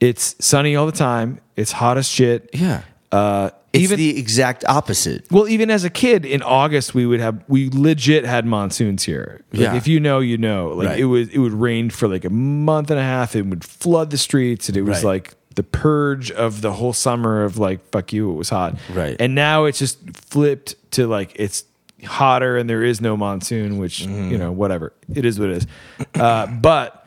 S1: It's sunny all the time. It's hot as shit.
S2: Yeah.
S1: Uh,
S2: It's
S1: even
S2: the exact opposite.
S1: well, even as a kid in August, we would have we legit had monsoons here. Like,
S2: Yeah.
S1: If you know, you know. Like
S2: Right.
S1: it was it would rain for like a month and a half. It would flood the streets, and it was
S2: Right.
S1: like the purge of the whole summer of like fuck you, it was hot.
S2: Right.
S1: And now it's just flipped to like it's hotter and there is no monsoon, which
S2: Mm-hmm.
S1: you know whatever it is what it is. Uh, but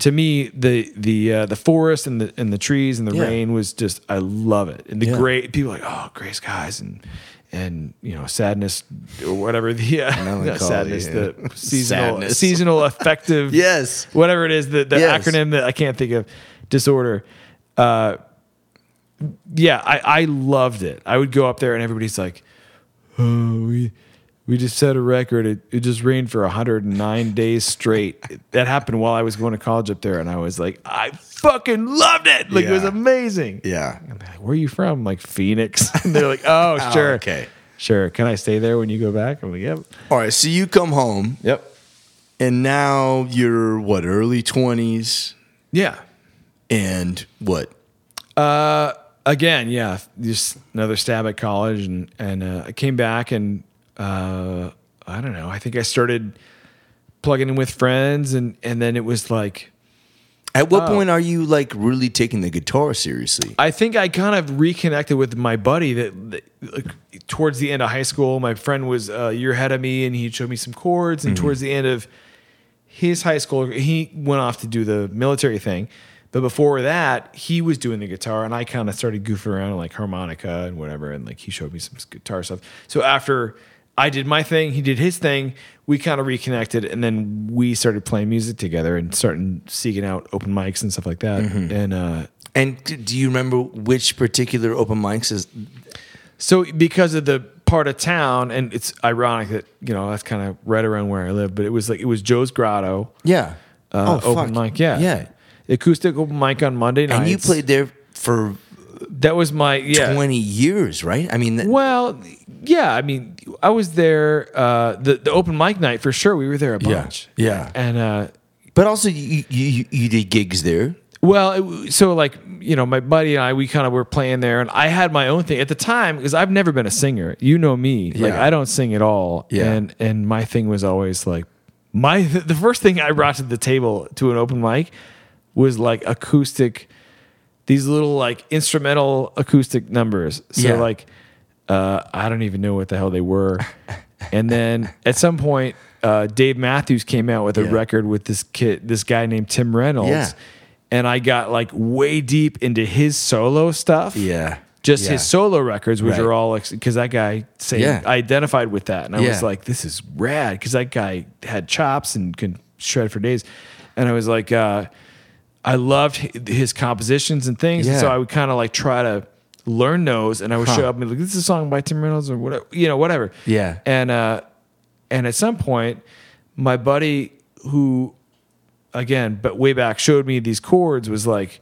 S1: to me the the uh, the forest and the and the trees and the
S2: Yeah.
S1: rain was just I love it and the
S2: Yeah.
S1: gray people are like oh gray skies and and you know sadness or whatever the uh,
S2: Melancholy,
S1: not sadness
S2: yeah.
S1: the seasonal
S2: Sadness.
S1: seasonal affective
S2: Yes.
S1: whatever it is the, the
S2: Yes.
S1: acronym that I can't think of disorder uh yeah I I loved it I would go up there and everybody's like oh, we we just set a record. It, it just rained for 109 days straight. That happened while I was going to college up there, and I was like, I fucking loved it. Like it was
S2: Yeah.
S1: amazing.
S2: Yeah.
S1: And they're like, Where are you from? I'm like Phoenix. And they're like, Oh, sure,
S2: okay.
S1: sure. Can I stay there when you go back? I'm like, Yep,
S2: All right. So you come home
S1: yep,
S2: and now you're what, early 20s
S1: yeah.
S2: and what?
S1: Uh, again, yeah, just another stab at college, and and uh, I came back, and uh, I don't know. I think I started plugging in with friends, and and then it was like.
S2: At what
S1: Oh.
S2: point are you like really taking the guitar seriously?
S1: I think I kind of reconnected with my buddy that, that like, towards the end of high school, my friend was uh, a year ahead of me, and he showed me some chords. And towards the end of his high school, he went off to do the military thing. But before that, he was doing the guitar, and I kind of started goofing around on like harmonica and whatever. And like he showed me some guitar stuff. So after I did my thing, he did his thing. We kind of reconnected, and then we started playing music together and starting seeking out open mics and stuff like that. And uh,
S2: And d- do you remember which particular open mics is?
S1: So because of the part of town, and it's ironic that you know that's kind of right around where I live, but it was like it was Joe's Grotto
S2: Yeah.
S1: uh, open
S2: Oh, fuck.
S1: mic, yeah,
S2: Yeah.
S1: acoustic open mic on Monday nights.
S2: And you played there for
S1: that was my yeah.
S2: 20 years, right? I mean, that,
S1: Well, yeah, I mean, I was there uh, the the open mic night for sure. We were there a
S2: Yeah,
S1: bunch,
S2: yeah.
S1: and uh,
S2: but also you, you, you- you did gigs there.
S1: Well, it, w- so like you know, my buddy and I, we kind of were playing there, and I had my own thing at the time because I've never been a singer. You know me, like
S2: Yeah.
S1: I don't sing at all,
S2: Yeah.
S1: and and my thing was always like my the first thing I brought to the table to an open mic was like acoustic, these little like instrumental acoustic numbers. So
S2: Yeah.
S1: like uh, I don't even know what the hell they were. and then at some point, uh, Dave Matthews came out with a
S2: Yeah.
S1: record with this kid, this guy named Tim Reynolds
S2: Yeah.
S1: and I got like way deep into his solo stuff.
S2: Yeah.
S1: Just
S2: Yeah.
S1: his solo records, which
S2: Right.
S1: are all because that guy saying
S2: Yeah.
S1: I identified with that, and I was
S2: Yeah.
S1: like, "This is rad," because that guy had chops and could shred for days, and I was like, uh, "I loved h- his compositions and things," and so
S2: Yeah.
S1: I would kind of like try to learn those, and I would
S2: Huh.
S1: show up and be like, "This is a song by Tim Reynolds or whatever," you know, whatever.
S2: Yeah.
S1: and uh, and at some point, my buddy who again, but way back showed me these chords was like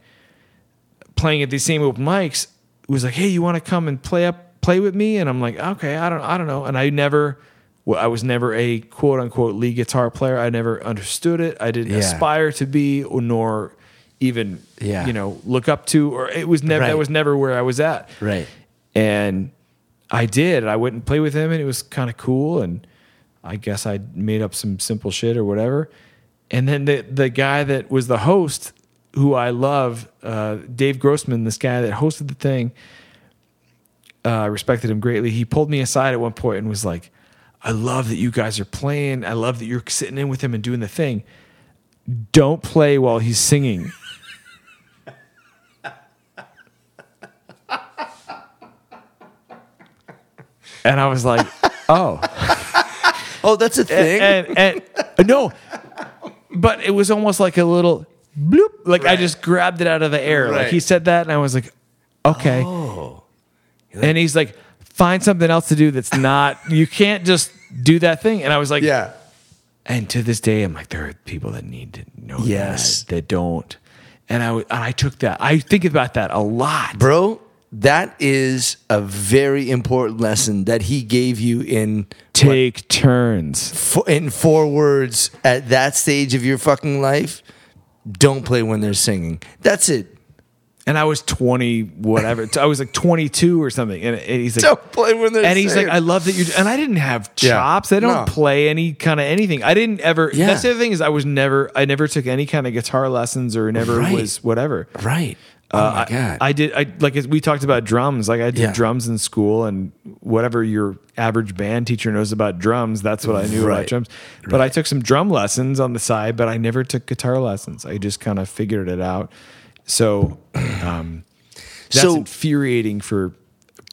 S1: playing at these same open mics was like, "Hey, you want to come and play up play with me?" And I'm like, "Okay, I don't I don't know." And I never well, I was never a quote unquote lead guitar player. I never understood it. I didn't
S2: Yeah.
S1: aspire to be or nor even
S2: Yeah.
S1: you know look up to or it was never that
S2: Right.
S1: was never where I was at.
S2: Right.
S1: And I did. I went and played with him, and it was kind of cool. And I guess I made up some simple shit or whatever. And then the the guy that was the host, who I love, uh, Dave Grossman, this guy that hosted the thing, uh, I respected him greatly. He pulled me aside at one point and was like, "I love that you guys are playing. I love that you're sitting in with him and doing the thing. Don't play while he's singing." and I was like, "Oh."
S2: Oh, that's a thing.
S1: and, and no, but it was almost like a little bloop. Like I just grabbed it out of the air. Like
S2: Right. Oh,
S1: he said that, and I was like, okay. And he's like, find something else to do that's not. You can't just do that thing. And I was like,
S2: yeah.
S1: and to this day, I'm like, there are people that need to know
S2: Yes.
S1: that that don't. And I w- and I took that. I think about that a lot,
S2: Bro, That is a very important lesson that he gave you in
S1: Take turns.
S2: fo- in four words at that stage of your fucking life. Don't play when they're singing. That's it.
S1: And I was 20, whatever. I was like 22 or something. And, and he's like,
S2: Don't play when they're
S1: and he's
S2: singing.
S1: like, I love that you. And I didn't have
S2: Yeah.
S1: chops. I don't
S2: No.
S1: play any kind of anything. I didn't ever.
S2: Yeah.
S1: That's the other thing is I was never. I never took any kind of guitar lessons or never
S2: Right.
S1: was whatever.
S2: right. Oh
S1: Uh, I- I, did. I like as we talked about drums. Like I did
S2: Yeah.
S1: drums in school, and whatever your average band teacher knows about drums, that's what I knew
S2: Right.
S1: about drums. But I took some drum lessons on the side, but I never took guitar lessons. I just kind of figured it out. So, um, that's
S2: So-
S1: infuriating for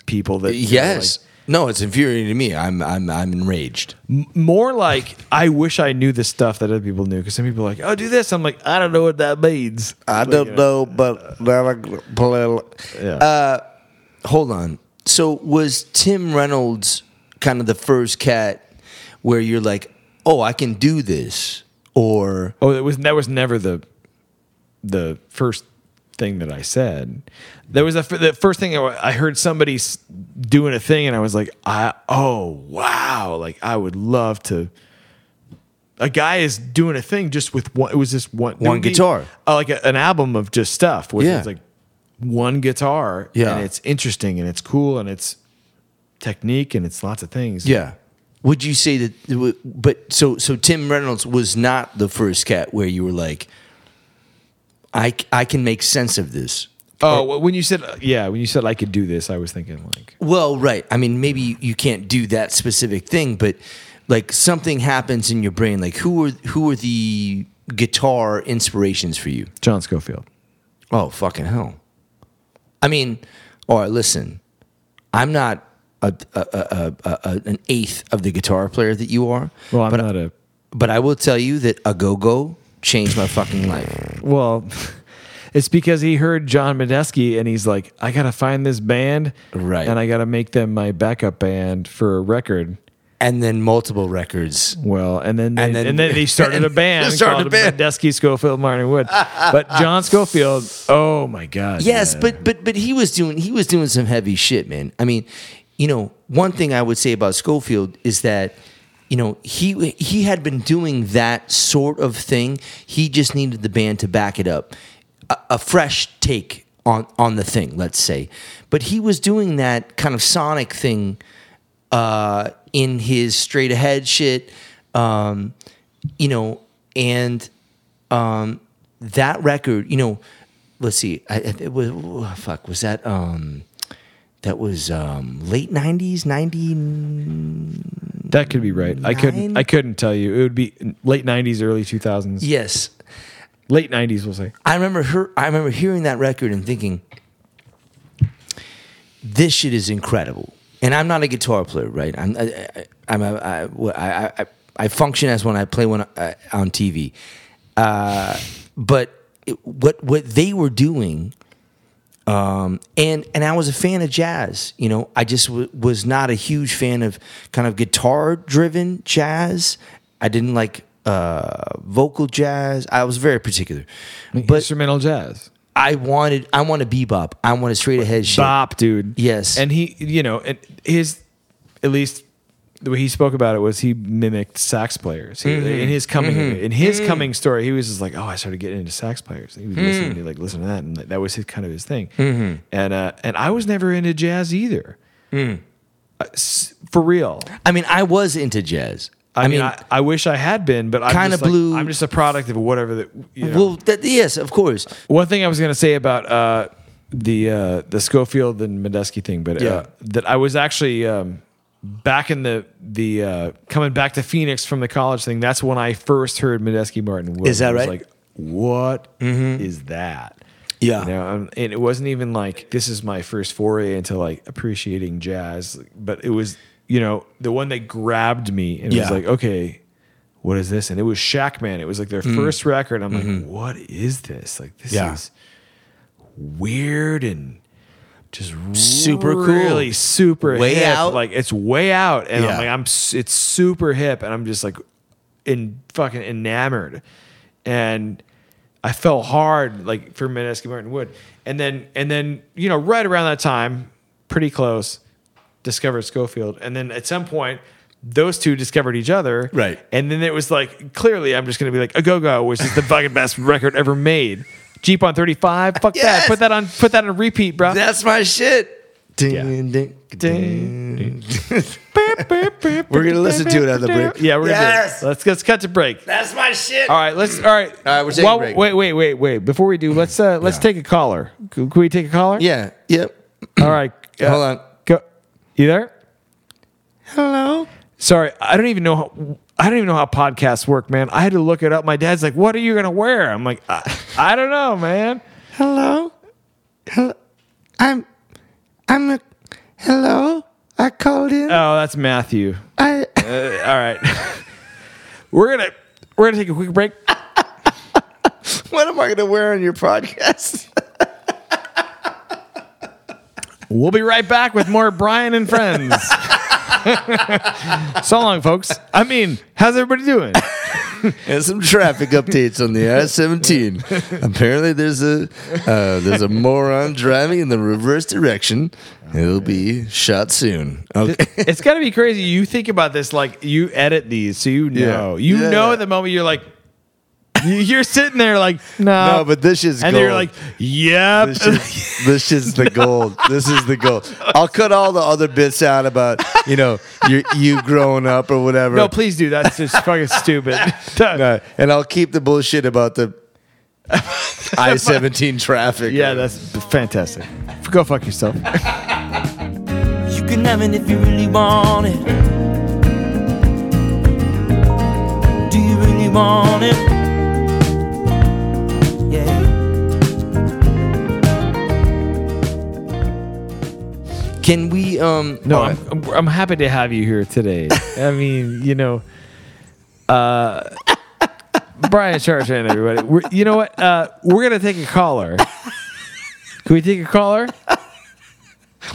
S1: people that you know,
S2: yes.
S1: like,
S2: no, it's infuriating to me. I'm I'm I'm enraged.
S1: more like I wish I knew the stuff that other people knew because some people are like, oh, do this. I'm like, I don't know what that means.
S2: I don't know, uh, but
S1: Yeah.
S2: Uh, hold on. So was Tim Reynolds kind of the first cat where you're like, oh, I can do this, or
S1: oh, that was that was never the the first thing that I said. There was a the first thing I I heard somebody s- doing a thing, and I was like, I oh wow, like I would love to. A guy is doing a thing just with one. It was just one there
S2: One
S1: would be,
S2: guitar.
S1: uh, like a, an album of just stuff. Where
S2: Yeah.
S1: it's like one guitar,
S2: Yeah.
S1: and it's interesting and it's cool and it's technique and it's lots of things.
S2: yeah. Would you say that? But so so Tim Reynolds was not the first cat where you were like, I I can make sense of this.
S1: Oh, well, when you said yeah, when you said I could do this, I was thinking like
S2: Well, right. I mean, maybe you- you can't do that specific thing, but like something happens in your brain. Like who are who are the guitar inspirations for you?
S1: John Schofield.
S2: Oh, fucking hell. I mean, all right, listen. I'm not a, a, a, a, a an eighth of the guitar player that you are,
S1: Well, I'm
S2: but
S1: not a
S2: but I will tell you that a go-go changed my fucking life.
S1: Well, it's because he heard John Medeski and he's like, I got to find this band.
S2: Right.
S1: And I got to make them my backup band for a record.
S2: And then multiple records.
S1: Well, and then they,
S2: And
S1: and
S2: then-
S1: then, they started a band
S2: Started a
S1: called
S2: band.
S1: Medeski, Schofield, Martin Wood. but John Schofield, oh my God.
S2: Yes,
S1: man.
S2: but but but he was doing he was doing some heavy shit, man. I mean, you know, one thing I would say about Schofield is that you know he he had been doing that sort of thing. He just needed the band to back it up, a, a fresh take on on the thing, let's say. But he was doing that kind of sonic thing uh, in his straight ahead shit, um, you know, and um, that record, you know, let's see, I, I- it was oh, fuck was that um, that was um, late nineties, ninety.
S1: that could be right. I couldn't.
S2: Nine?
S1: I couldn't tell you. It would be late '90s, early 2000s.
S2: Yes,
S1: Late '90s, we'll say.
S2: I remember her. I remember hearing that record and thinking, "This shit is incredible." And I'm not a guitar player, right? I'm I, I, I'm a, I, well, I, I I function as when I play when I, on TV, uh, but it, what what they were doing, um, and and I was a fan of jazz. You know, I just w- was not a huge fan of kind of guitar driven jazz. I didn't like uh, vocal jazz. I was very particular, but
S1: Instrumental jazz.
S2: I wanted I want a bebop. I want a straight ahead shit.
S1: bop, dude.
S2: Yes.
S1: And he, you know, and his, at least the way he spoke about it was he mimicked sax players He- in his coming in his coming story. He was just like, oh, I started getting into sax players. He was listening to like listen to that, and that was his kind of his thing. And uh, and I was never into jazz either, Uh, s- for real.
S2: I mean, I was into jazz.
S1: I, mean, I, I wish I had been, but I'm
S2: Kinda
S1: just like-
S2: blue.
S1: I'm just a product of whatever that. You know.
S2: well, that, yes, of course.
S1: One thing I was going to say about uh, the uh, the Schofield and Medeski thing, but
S2: Yeah.
S1: uh, that I was actually um, back in the the uh, coming back to Phoenix from the college thing. That's when I first heard Medeski Martin. Wood.
S2: Is that
S1: I was
S2: right? Mm-hmm.
S1: Like, what is that?
S2: Yeah.
S1: You know, um, and it wasn't even like this is my first foray into like appreciating jazz, but it was you know the one that grabbed me and it was
S2: Yeah.
S1: like okay, what is this? And it was Shackman. It was like their first record. I'm like, what is this? Like this
S2: Mm. Mm-hmm. Yeah.
S1: is weird and just
S2: Super cool.
S1: really super
S2: Way
S1: hip.
S2: out.
S1: Like it's way out, and
S2: Yeah.
S1: I'm like, I'm s- it's super hip, and I'm just like in fucking enamored, and I fell hard like for Mineski Martin Wood, and then and then you know right around that time, pretty close, discovered Schofield, and then at some point. Those two discovered each other,
S2: Right.
S1: And then it was like clearly, I'm just going to be like a go go, which is the fucking best record ever made. Jeep on 35, fuck
S2: Yes!
S1: that. Put that on, put that on repeat, bro.
S2: That's my shit. Ding,
S1: Yeah.
S2: ding,
S1: Ding,
S2: We're gonna listen to it at the break.
S1: Yeah, we're gonna
S2: Yes!
S1: do it. Let's let's cut to break.
S2: That's my shit.
S1: All right, let's. All right, all
S2: right, we're taking a break.
S1: Wait, wait, wait, wait. Before we do, let's uh let's take a caller. C- Can we take a caller?
S2: Yeah. Yep.
S1: All right. uh,
S2: Hold on.
S1: Go. You there?
S2: Hello.
S1: Sorry, I don't even know. How, I don't even know how podcasts work, man. I had to look it up. My dad's like, "What are you gonna wear?" I'm like, "I, I don't know, man."
S2: Hello. Hello. I'm. I'm a. Hello. I called in.
S1: Oh, that's Matthew.
S2: I.
S1: Uh, all right, we're gonna we're gonna take a quick break.
S2: What am I gonna wear on your podcast?
S1: We'll be right back with more Brian and Friends. so long, folks. I mean, how's everybody doing?
S2: and some traffic updates on the I-17. Apparently, there's a uh, there's a moron driving in the reverse direction. He'll be shot soon. Okay.
S1: It's got to be crazy. You think about this like you edit these, so you know.
S2: Yeah.
S1: You
S2: Yeah.
S1: know the moment you're like, you- you're sitting there like, no.
S2: No, but this is
S1: and
S2: gold.
S1: you're like, yep.
S2: This is, this is the gold. This is the gold. I'll cut all the other bits out about you know you you growing up or whatever.
S1: no, please do. That's just fucking stupid.
S2: No, and I'll keep the bullshit about the I seventeen traffic.
S1: Yeah, that's fantastic. Go fuck yourself.
S3: You can have it if you really want it. Do you really want it? Yeah.
S2: Can we? Um,
S1: No,
S2: all
S1: I'm,
S2: right.
S1: I'm, I'm happy to have you here today. I mean, you know, uh, Brian Chartrand, everybody. We're, you know what? Uh, we're going to take a caller. Can we take a caller?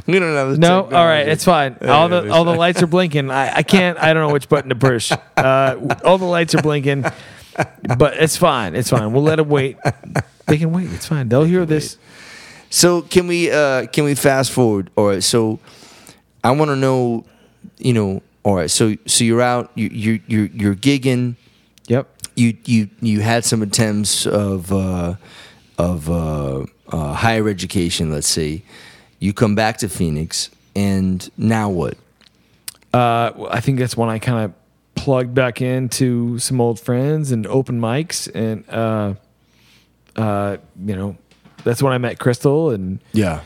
S2: we don't have the
S1: No?
S2: technology.
S1: All right, it's fine. All
S2: it's
S1: the all the lights are blinking. I, I can't, I don't know which button to push. Uh, all the lights are blinking, but it's fine. It's fine. We'll let them wait. They can wait. It's fine. They'll hear this.
S2: So can we uh can we fast forward? All right, so I want to know, you know, all right, so so you're out, you you you're, you're gigging,
S1: Yep.
S2: you you you had some attempts of uh of uh, uh higher education, let's say. You come back to Phoenix, and now what?
S1: Uh, well, I think that's when I kind of plugged back into some old friends and open mics, and uh, uh, you know, that's when I met Crystal, and
S2: Yeah,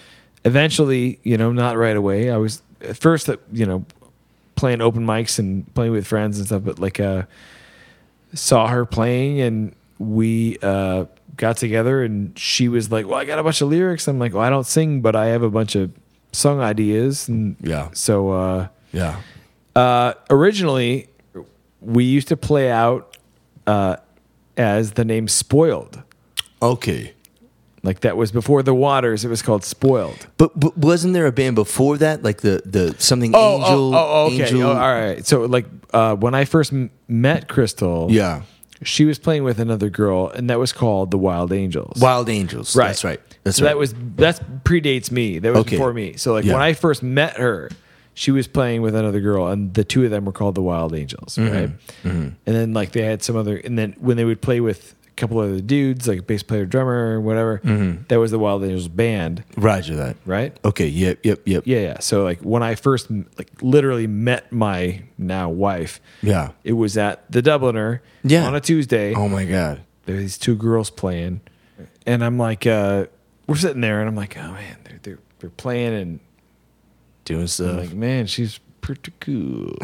S1: eventually, you know, not right away. I was at first that you know playing open mics and playing with friends and stuff, but like uh, saw her playing and we uh, got together and she was like, "Well, I got a bunch of lyrics." I'm like, "Well, I don't sing, but I have a bunch of song ideas," and
S2: Yeah.
S1: so. Uh,
S2: yeah,
S1: uh, originally, we used to play out uh, as the name Spoiled.
S2: okay.
S1: Like that was before the Waters. It was called Spoiled.
S2: But, but wasn't there a band before that, like the the something Angel? Angel,
S1: Oh, all right. So like uh, when I first m- met Crystal,
S2: yeah,
S1: she was playing with another girl, and that was called the Wild Angels.
S2: Wild Angels.
S1: Right.
S2: That's right. That's
S1: so
S2: right.
S1: That was that predates me. That was
S2: Okay.
S1: before me. So like
S2: Yeah.
S1: when I first met her, she was playing with another girl, and the two of them were called the Wild Angels,
S2: Mm-hmm.
S1: right? And then like they had some other, and then when they would play with a couple other dudes, like a bass player, drummer, whatever,
S2: Mm-hmm.
S1: that was the Wild Angels band,
S2: Roger that.
S1: right?
S2: Okay. Yep. Yep. Yep.
S1: Yeah, yeah. So like when I first like literally met my now wife,
S2: Yeah.
S1: it was at the Dubliner
S2: Yeah.
S1: on a Tuesday
S2: Oh my God.
S1: there were these two girls playing, and I'm like, uh, we're sitting there, and I'm like, oh man, they're they're, they're playing, and
S2: Doing
S1: I'm
S2: stuff.
S1: like, man, she's pretty cool,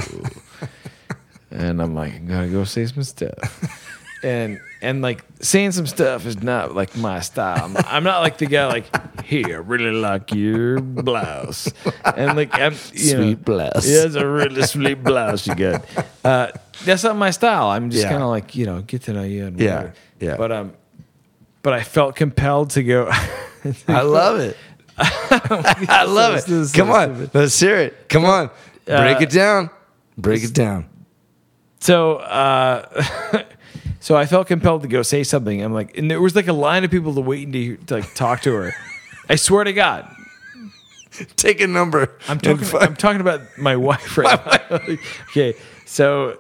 S1: and I'm like, I'm gonna go say some stuff, and and like saying some stuff is not like my style. I'm, I'm not like the guy like, here, I really like your blouse, and like I'm you know,
S2: Sweet blouse.
S1: Yeah, it's a really sweet blouse you got. Uh, that's not my style. I'm just
S2: Yeah.
S1: kind of like you know, get to know you and
S2: Yeah,
S1: whatever.
S2: yeah.
S1: But um, but I felt compelled to go.
S2: I love it. I love
S1: This is
S2: it.
S1: so
S2: Come on.
S1: stupid.
S2: Let's hear it. Come on. Break
S1: Uh,
S2: it down. Break it down.
S1: so uh, So I felt compelled to go say something. I'm like, and there was like a line of people to waiting to, to like talk to her. I swear to God,
S2: Take a number.
S1: I'm talking. I'm talking about my wife right now. okay, so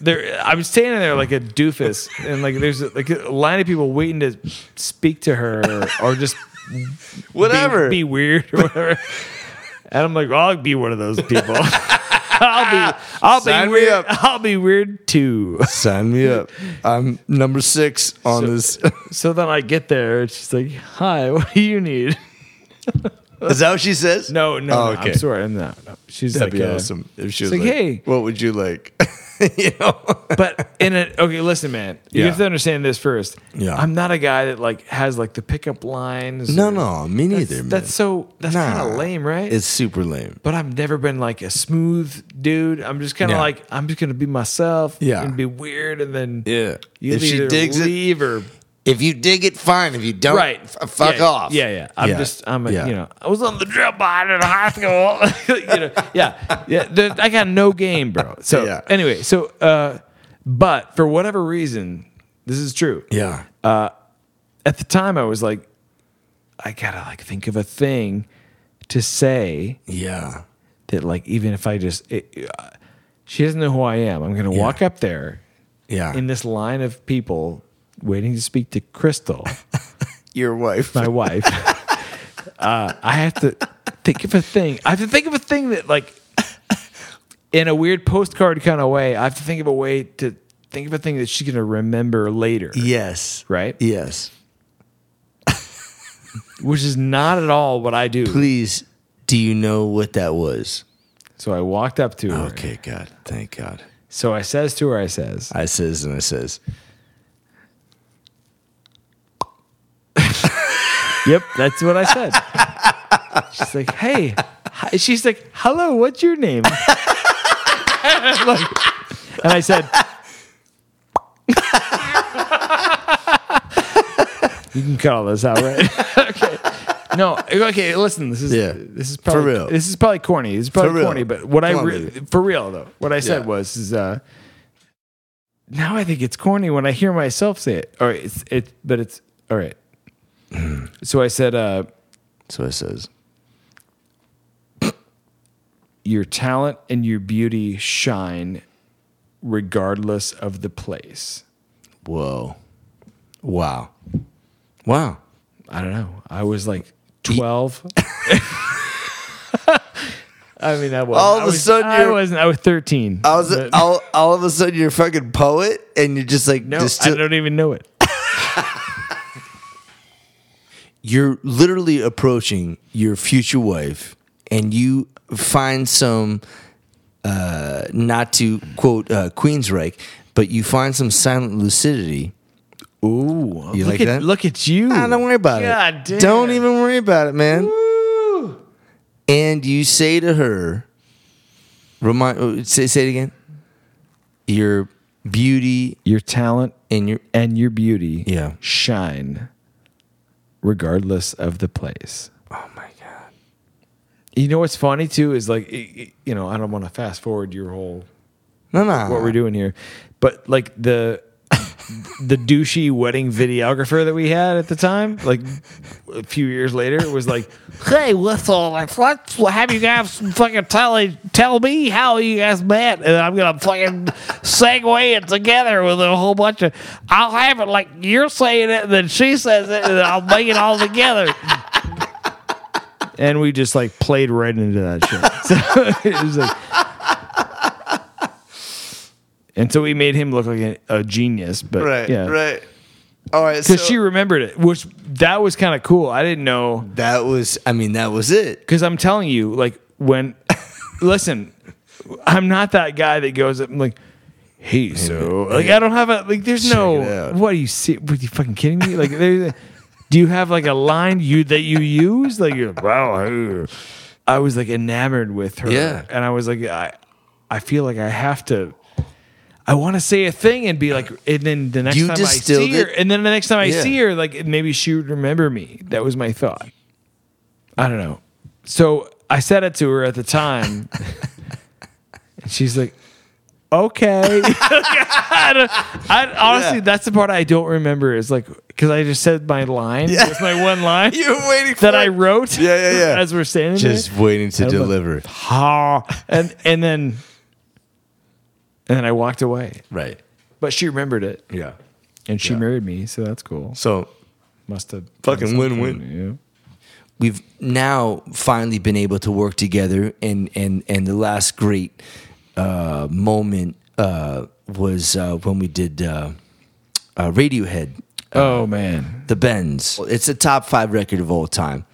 S1: there, I'm standing there like a doofus, and like there's like a line of people waiting to speak to her or, or just be-
S2: Whatever.
S1: be, weird or whatever. And I'm like, well, I'll be one of those people. I'll be, I'll
S2: Sign
S1: be
S2: me
S1: weird.
S2: up.
S1: I'll be weird too.
S2: Sign me up. I'm number six on this.
S1: So then I get there, and she's like, "Hi, what do you need?"
S2: Is that what she says?
S1: No, no,
S2: Oh,
S1: no,
S2: okay.
S1: I'm sorry, no, no. She's
S2: That'd
S1: like,
S2: be
S1: uh,
S2: awesome if she was
S1: it's
S2: like,
S1: like, "Hey."
S2: what would you like?" you know.
S1: but in a okay, listen, man, you
S2: Yeah.
S1: have to understand this first.
S2: Yeah.
S1: I'm not a guy that like has like the pickup lines.
S2: No,
S1: or-
S2: no, me
S1: that's,
S2: neither. man.
S1: That's so that's
S2: Nah.
S1: kind of lame, right?
S2: It's super lame.
S1: but I've never been like a smooth dude. I'm just kind of
S2: Yeah.
S1: like I'm just gonna be myself.
S2: Yeah.
S1: and be weird, and then
S2: Yeah.
S1: you
S2: If she
S1: either
S2: digs it-
S1: leave or
S2: If you dig it, fine. If you don't,
S1: right,
S2: f- fuck
S1: yeah,
S2: off.
S1: Yeah, yeah. I'm
S2: Yeah.
S1: just I'm a,
S2: Yeah.
S1: you know I was on the drill bot in high school. you know, yeah, yeah. The, I got no game, bro. So
S2: Yeah.
S1: anyway, so uh, but for whatever reason, this is true.
S2: Yeah.
S1: at the time I was like, I gotta like think of a thing to say
S2: yeah.
S1: that like even if I just it, uh, she doesn't know who I am. I'm gonna walk up there
S2: Yeah.
S1: in this line of people waiting to speak to Crystal,
S2: Your wife.
S1: my wife. uh, I have to think of a thing. I have to think of a thing that like in a weird postcard kind of way. I have to think of a way to think of a thing that she's gonna remember later.
S2: yes.
S1: Right?
S2: Yes.
S1: Which is not at all what I do.
S2: Please, do you know what that was?
S1: So I walked up to her.
S2: Okay, God. Thank God.
S1: So I says to her, I says,
S2: I says and I says,
S1: "Yep, that's what I said." She's like, "Hey," hi- she's like, "Hello, what's your name?" and, I'm like- and I said, "You can call this out, right?" okay. No, okay. Listen, this is
S2: Yeah.
S1: this is
S2: For
S1: probably
S2: real.
S1: this is probably corny. This is probably
S2: For real.
S1: corny, but what
S2: Come
S1: I
S2: on,
S1: re-
S2: baby.
S1: for real though, what I said
S2: Yeah.
S1: was is uh, now I think it's corny when I hear myself say it. All right, it's it, but it's all right. so I said, uh,
S2: so I says,
S1: "Your talent and your beauty shine, regardless of the place."
S2: whoa. Wow. Wow.
S1: I don't know. I was like twelve. I mean, I was
S2: All of
S1: I
S2: a
S1: was-
S2: sudden
S1: I
S2: you're-
S1: wasn't. I was thirteen.
S2: I was
S1: But
S2: all, all of a sudden you're a fucking poet and you're just like
S1: no, I
S2: distill-
S1: don't even know it.
S2: you're literally approaching your future wife and you find some uh, not to quote uh, Queensryche, but you find some silent lucidity.
S1: Ooh,
S2: You
S1: look
S2: like
S1: at,
S2: that?
S1: Look at you.
S2: Ah, don't worry about
S1: God
S2: it.
S1: damn.
S2: Don't even worry about it, man. And you say to her, "Remind oh, say, say it again. Your beauty
S1: Your talent
S2: and your
S1: and your beauty
S2: Yeah.
S1: shine regardless of the place.
S2: oh my god,
S1: You know what's funny too is like, it- it- you know, I don't want to fast forward your whole
S2: no, no,
S1: what we're doing here, but like the the douchey wedding videographer that we had at the time, like a few years later, was like, "Hey, what's all like? Let's have you guys fucking tell tell me how you guys met, and I'm gonna fucking segue it together with a whole bunch of. I'll have it like you're saying it, and then she says it, and I'll make it all together." And we just like played right into that shit. So it was like, and so we made him look like a, a genius, but
S2: right,
S1: yeah,
S2: right. All right,
S1: because
S2: so
S1: she remembered it, which that was kind of cool. I didn't know
S2: that was. I mean, that was it.
S1: because I'm telling you, like when, listen, I'm not that guy that goes up and like, hey, so like I don't have a like. There's
S2: it
S1: no
S2: out.
S1: what are you see? What, you fucking kidding me? Like there's. Do you have like a line you that you use? Like you're wow. hey." I was like enamored with her,
S2: Yeah.
S1: and I was like, I, I feel like I have to. I want to say a thing and be like, and then the next
S2: You
S1: time I see
S2: distilled
S1: her,
S2: it?
S1: and then the next time I
S2: Yeah.
S1: see her, like maybe she would remember me. That was my thought. I don't know. So I said it to her at the time, and she's like, okay. I, don't- I- honestly, that's the part I don't remember is like, because I just said my line. It's my one line
S2: You're waiting for
S1: that
S2: it.
S1: I wrote.
S2: Yeah, yeah, yeah.
S1: As we're standing there.
S4: Just waiting to
S1: I don't know.
S4: deliver.
S1: ha and and then and then I walked away.
S4: Right.
S1: But she remembered it,
S4: Yeah.
S1: and she
S4: Yeah.
S1: married me, so that's cool.
S4: So
S1: Must have
S4: Fucking
S1: done something,
S4: win-win.
S2: we've now finally been able to work together and and and the last great uh moment uh was uh when we did uh, uh radiohead
S1: yeah. Oh man,
S2: the bends it's a top five record of all time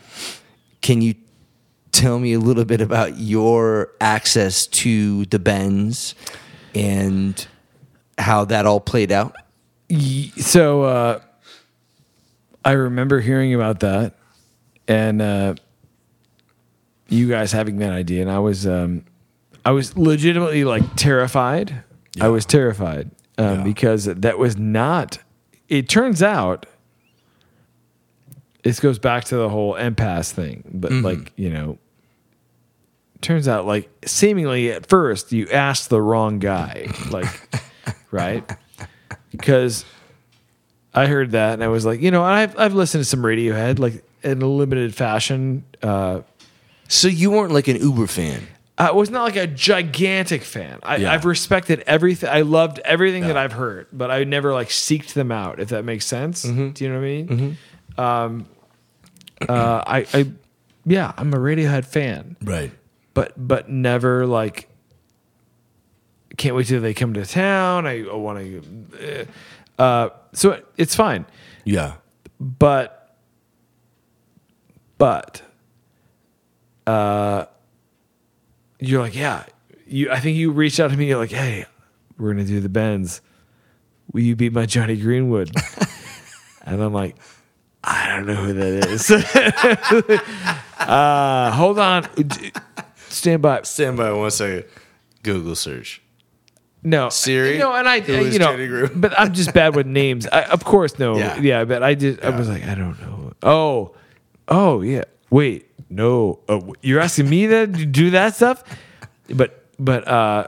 S2: can you tell me a little bit about your access to the bends and how that all played out
S1: Y- so uh, I remember hearing about that, and uh, you guys having that idea, and I was um, I was legitimately like terrified. I was terrified um, because that was not. It turns out this goes back to the whole impasse thing, but like you know, turns out like seemingly at first you asked the wrong guy, like right because I heard that and I was like, you know, I've I've listened to some Radiohead like in a limited fashion. Uh,
S2: so you weren't like an uber fan
S1: I was not like a gigantic fan. I,
S4: Yeah.
S1: I've respected everything. I loved everything that
S4: Yeah.
S1: I've heard, but I never like seeked them out. If that makes sense,
S4: Mm-hmm.
S1: do you know what I mean? Um, uh, I, I, yeah, I'm a Radiohead fan,
S4: right.
S1: but but never like. Can't wait till they come to town. I, I want to. Uh, uh, so it's fine.
S4: Yeah.
S1: but but uh you're like yeah you i think you reached out to me you're like hey we're gonna do the bends will you be my johnny greenwood and i'm like i don't know who that is uh hold on D- stand by
S4: Stand by one second. Google search.
S1: no
S4: Siri?
S1: no and i
S4: Who is
S1: you know
S4: Johnny Greenwood?
S1: but i'm just bad with names I, of course no yeah.
S4: Yeah.
S1: but i just i was like i don't know oh oh yeah wait no uh, w- you're asking me to do that stuff but but uh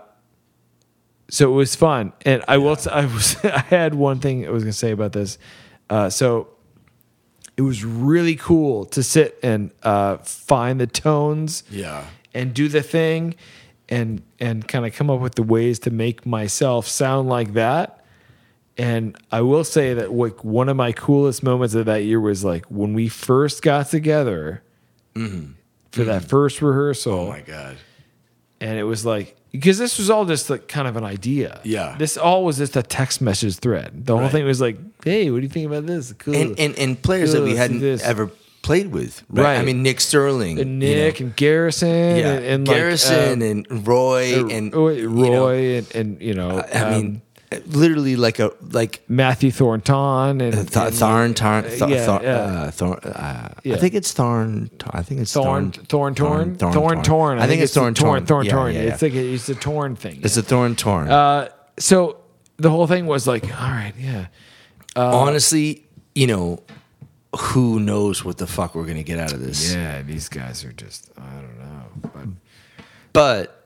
S1: so it was fun and i will t- i was i had one thing i was gonna say about this uh so it was really cool to sit and uh find the tones
S4: Yeah.
S1: and do the thing and and kind of come up with the ways to make myself sound like that and i will say that like one of my coolest moments of that year was like when we first got together for that first rehearsal
S4: Mm-hmm. Oh my god.
S1: and it was like because this was all just like kind of an idea
S4: Yeah.
S1: this all was just a text message thread the whole
S4: Right.
S1: thing was like hey what do you think about this cool
S2: and and, and players that we
S1: Let's do
S2: hadn't
S1: this.
S2: ever played with right, i
S1: Right.
S2: mean nick sterling
S1: and
S2: you know.
S1: nick and garrison
S2: yeah,
S1: and, and
S2: Garrison
S1: like,
S2: and Roy
S1: um,
S2: and
S1: Roy
S2: you know,
S1: and, and you know
S2: I
S1: um,
S2: mean, literally like a like uh,
S1: Matthew Thornton and,
S2: th-
S1: and
S2: Tharn Tarn. Th-
S1: yeah,
S2: Thar-
S1: yeah.
S2: Uh, Thorn, uh,
S1: Yeah.
S2: I think it's Tharn. Tar- I think it's
S1: Thorn
S2: Thorn.
S1: Thorn Torn
S2: Thorn
S1: Thorn Torn.
S2: I think it's
S1: the
S2: Thorn Torn.
S1: Thorn
S2: Yeah,
S1: Torn.
S2: yeah,
S1: It's
S2: yeah.
S1: like a, it's a torn thing.
S2: It's a Thorn Torn.
S1: uh, so the whole thing was like, all right, yeah,
S4: Uh,
S2: Honestly, you know, who knows what the fuck we're gonna get out of this?
S1: yeah. These guys are just I don't know, but
S2: But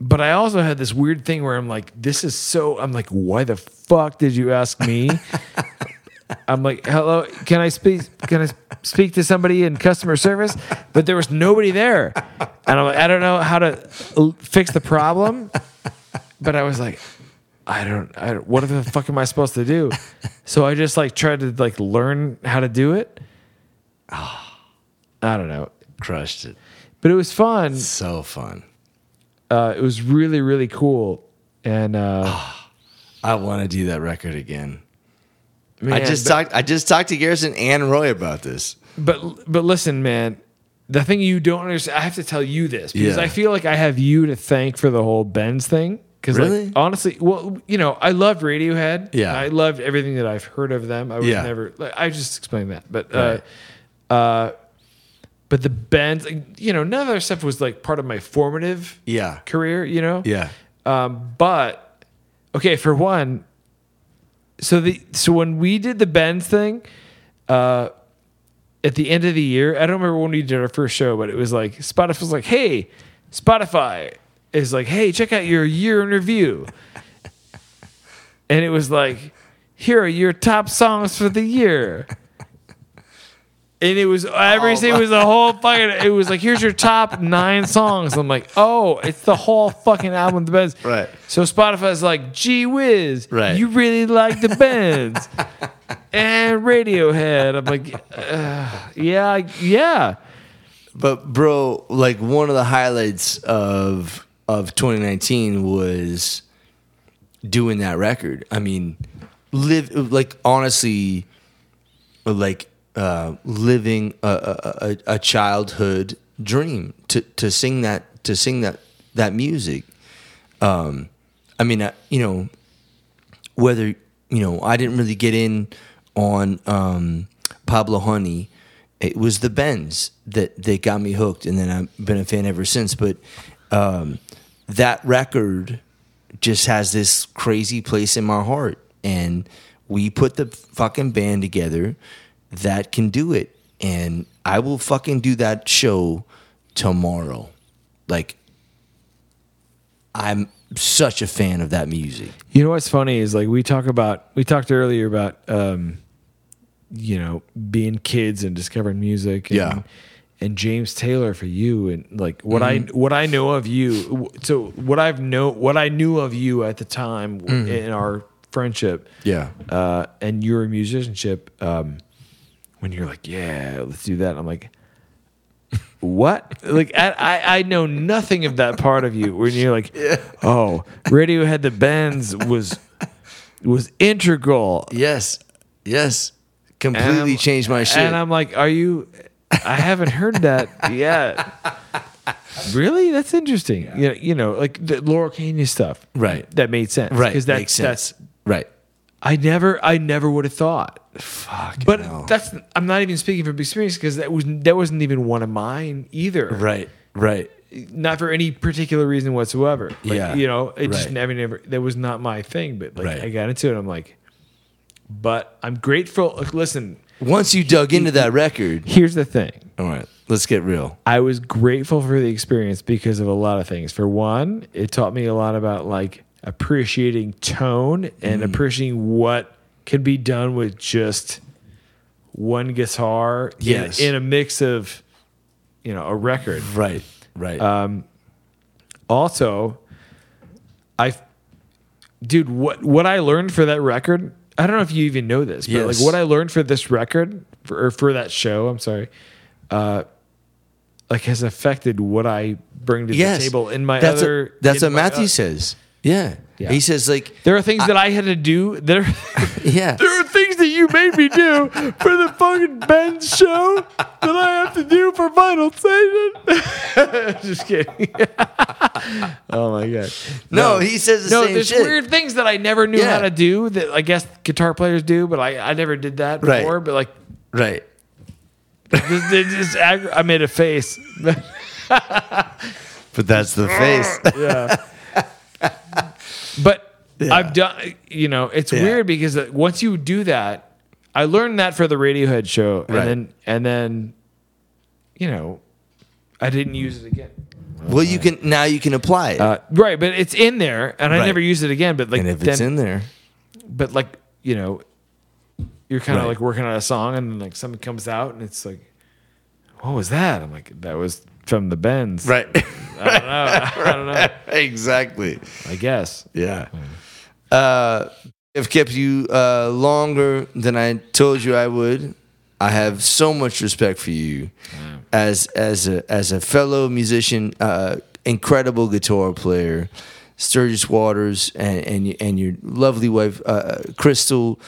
S1: but I also had this weird thing where I'm like, this is so. I'm like, why the fuck did you ask me? I'm like, hello, can I speak? Can I s- speak to somebody in customer service? But there was nobody there, and I'm like, I don't know how to l- fix the problem. But I was like, I don't. I don't what the fuck am I supposed to do? So I just like tried to like learn how to do it. I don't know,
S4: Crushed it.
S1: but it was fun
S4: So fun.
S1: uh, it was really really cool and uh,
S4: I want to do that record again. I
S1: man,
S4: just
S1: but,
S4: talked. I just talked to Garrison and Roy about this.
S1: but but listen man the thing you don't understand i have to tell you this because
S4: Yeah.
S1: i feel like i have you to thank for the whole ben's thing because
S4: Really?
S1: honestly well you know i loved radiohead
S4: Yeah.
S1: i loved everything that i've heard of them i was
S4: Yeah.
S1: never like, i just explained that but uh uh but the Ben's, like, you know, none of their stuff was like part of my formative
S4: Yeah.
S1: career, you know?
S4: Yeah.
S1: Um, but okay, for one, so the so when we did the Benz thing, uh, at the end of the year, I don't remember when we did our first show, but it was like Spotify was like, "Hey, Spotify, is like, hey, check out your year in review. and it was like, here are your top songs for the year. And it was everything was the whole fucking. It was like here's your top nine songs. I'm like, oh, it's the whole fucking album, the Benz.
S2: Right.
S1: So Spotify's like, gee whiz,
S5: Right.
S1: You really like the Benz and Radiohead. I'm like, uh, yeah, I- yeah.
S2: But bro, like one of the highlights of of 2019 was doing that record. I mean, live like honestly, like uh, living a, a, a- a childhood dream to to sing that to sing that that music. Um, I mean, I, you know, whether you know I didn't really get in on um, Pablo Honey. It was the Benz that that got me hooked, and then I've been a fan ever since. But um, that record just has this crazy place in my heart, and we put the fucking band together that can do it, and I will fucking do that show tomorrow. Like, I'm such a fan of that music.
S1: You know what's funny is like we talk about we talked earlier about um you know being kids and discovering music and,
S2: Yeah.
S1: and James Taylor for you and like what I
S2: Mm-hmm.
S1: what I know of you w- so what I've know what I knew of you at the time w in our friendship
S2: Mm-hmm. Yeah.
S1: uh and your musicianship um when you're like yeah let's do that I'm like what? Like I, I, I know nothing of that part of you. When you're like, oh, Radiohead the Benz was was integral.
S2: Yes. Yes.
S1: And
S2: Completely
S1: I'm-
S2: changed my shit.
S1: And I'm like, are you? I haven't heard that yet. really? That's interesting. You know, you know, like the Laurel Canyon stuff.
S2: Right.
S1: That made sense.
S2: right.
S1: Because that's
S2: makes sense.
S1: that's
S2: right.
S1: I never I never would have thought.
S2: Fuck.
S1: But
S2: hell.
S1: that's I'm not even speaking from experience because that was that wasn't even one of mine either.
S2: right. Right.
S1: not for any particular reason whatsoever. Like,
S2: Yeah.
S1: you know, it just
S2: Right.
S1: never, never. That was not my thing. But like,
S2: Right.
S1: I got into it. I'm like, but I'm grateful. Like, listen,
S2: Once you dug into that record.
S1: here's the thing.
S2: All right. Let's get real.
S1: I was grateful for the experience because of a lot of things. For one, it taught me a lot about like appreciating tone and appreciating what can be done with just one guitar in-
S2: Yes.
S1: in a mix of you know a record.
S2: Right. Right.
S1: also i dude what what i learned for that record i don't know if you even know this but
S2: Yes.
S1: like what i learned for this record for, or for that show i'm sorry uh like has affected what i bring to
S2: yes.
S1: the table in my
S2: that's
S1: other
S2: A, that's what
S1: in my
S2: Matthew
S1: oth-
S2: says. Yeah.
S1: Yeah.
S2: He says like.
S1: there are things that i had to do there
S2: Yeah.
S1: there are things that you made me do for the fucking Ben show that I have to do for Final Station. Just kidding. oh my god.
S2: No, he says the
S1: no,
S2: same
S1: there's
S2: shit.
S1: weird things that I never knew
S2: Yeah.
S1: how to do that I guess guitar players do, but I, I never did that
S2: Right.
S1: before. But like,
S2: Right.
S1: this, this, this aggr- I made a face.
S2: But that's the face.
S1: yeah. But
S2: Yeah.
S1: I've done, you know, it's
S2: Yeah.
S1: weird because uh, once you do that, I learned that for the Radiohead show, and
S2: Right.
S1: then and then, you know, I didn't use it again.
S2: well, you can now you can apply it.
S1: Uh, right, but it's in there, and I
S2: Right.
S1: never use it again. But like
S2: and if
S1: then,
S2: it's in there,
S1: but like you know, you're kind of
S2: Right.
S1: like working on a song, and then like something comes out, and it's like, what was that? I'm like, that was from the Bends.
S2: right.
S1: I don't know. I don't know.
S2: exactly.
S1: I guess.
S2: Yeah. Uh, I've kept you uh, longer than I told you I would. I have so much respect for you as as a as a fellow musician, uh, incredible guitar player, Sturgis Waters, and and, y- and your lovely wife uh, Crystal.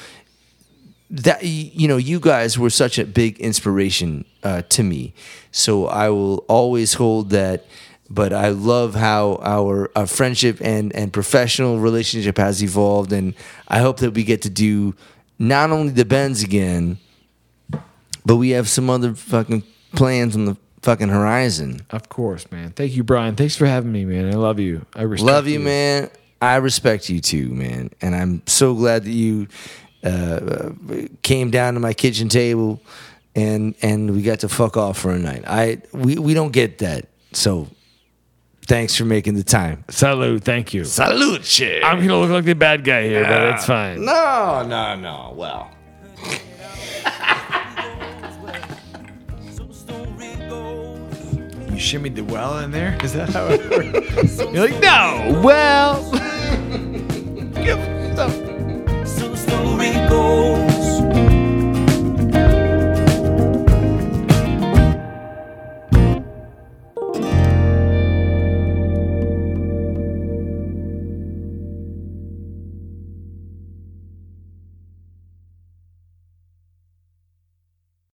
S2: That y- you know, you guys were such a big inspiration uh, to me, so I will always hold that. But I love how our, our friendship and, and professional relationship has evolved, and I hope that we get to do not only the bends again, but we have some other fucking plans on the fucking horizon.
S1: Of course, man. Thank you, Brian. Thanks for having me, man. I love you. I respect
S2: Love you, man. I respect you too, man. And I'm so glad that you uh, uh, came down to my kitchen table and and we got to fuck off for a night. I we, we don't get that. So Thanks for making the time.
S1: Salute, thank you.
S2: Salute.
S1: I'm gonna look like the bad guy here, but it's fine.
S2: No, no, no. Well,
S3: So story goes.
S1: You shimmied the well in there? Is that how it works?
S3: So
S1: You're like, no, well.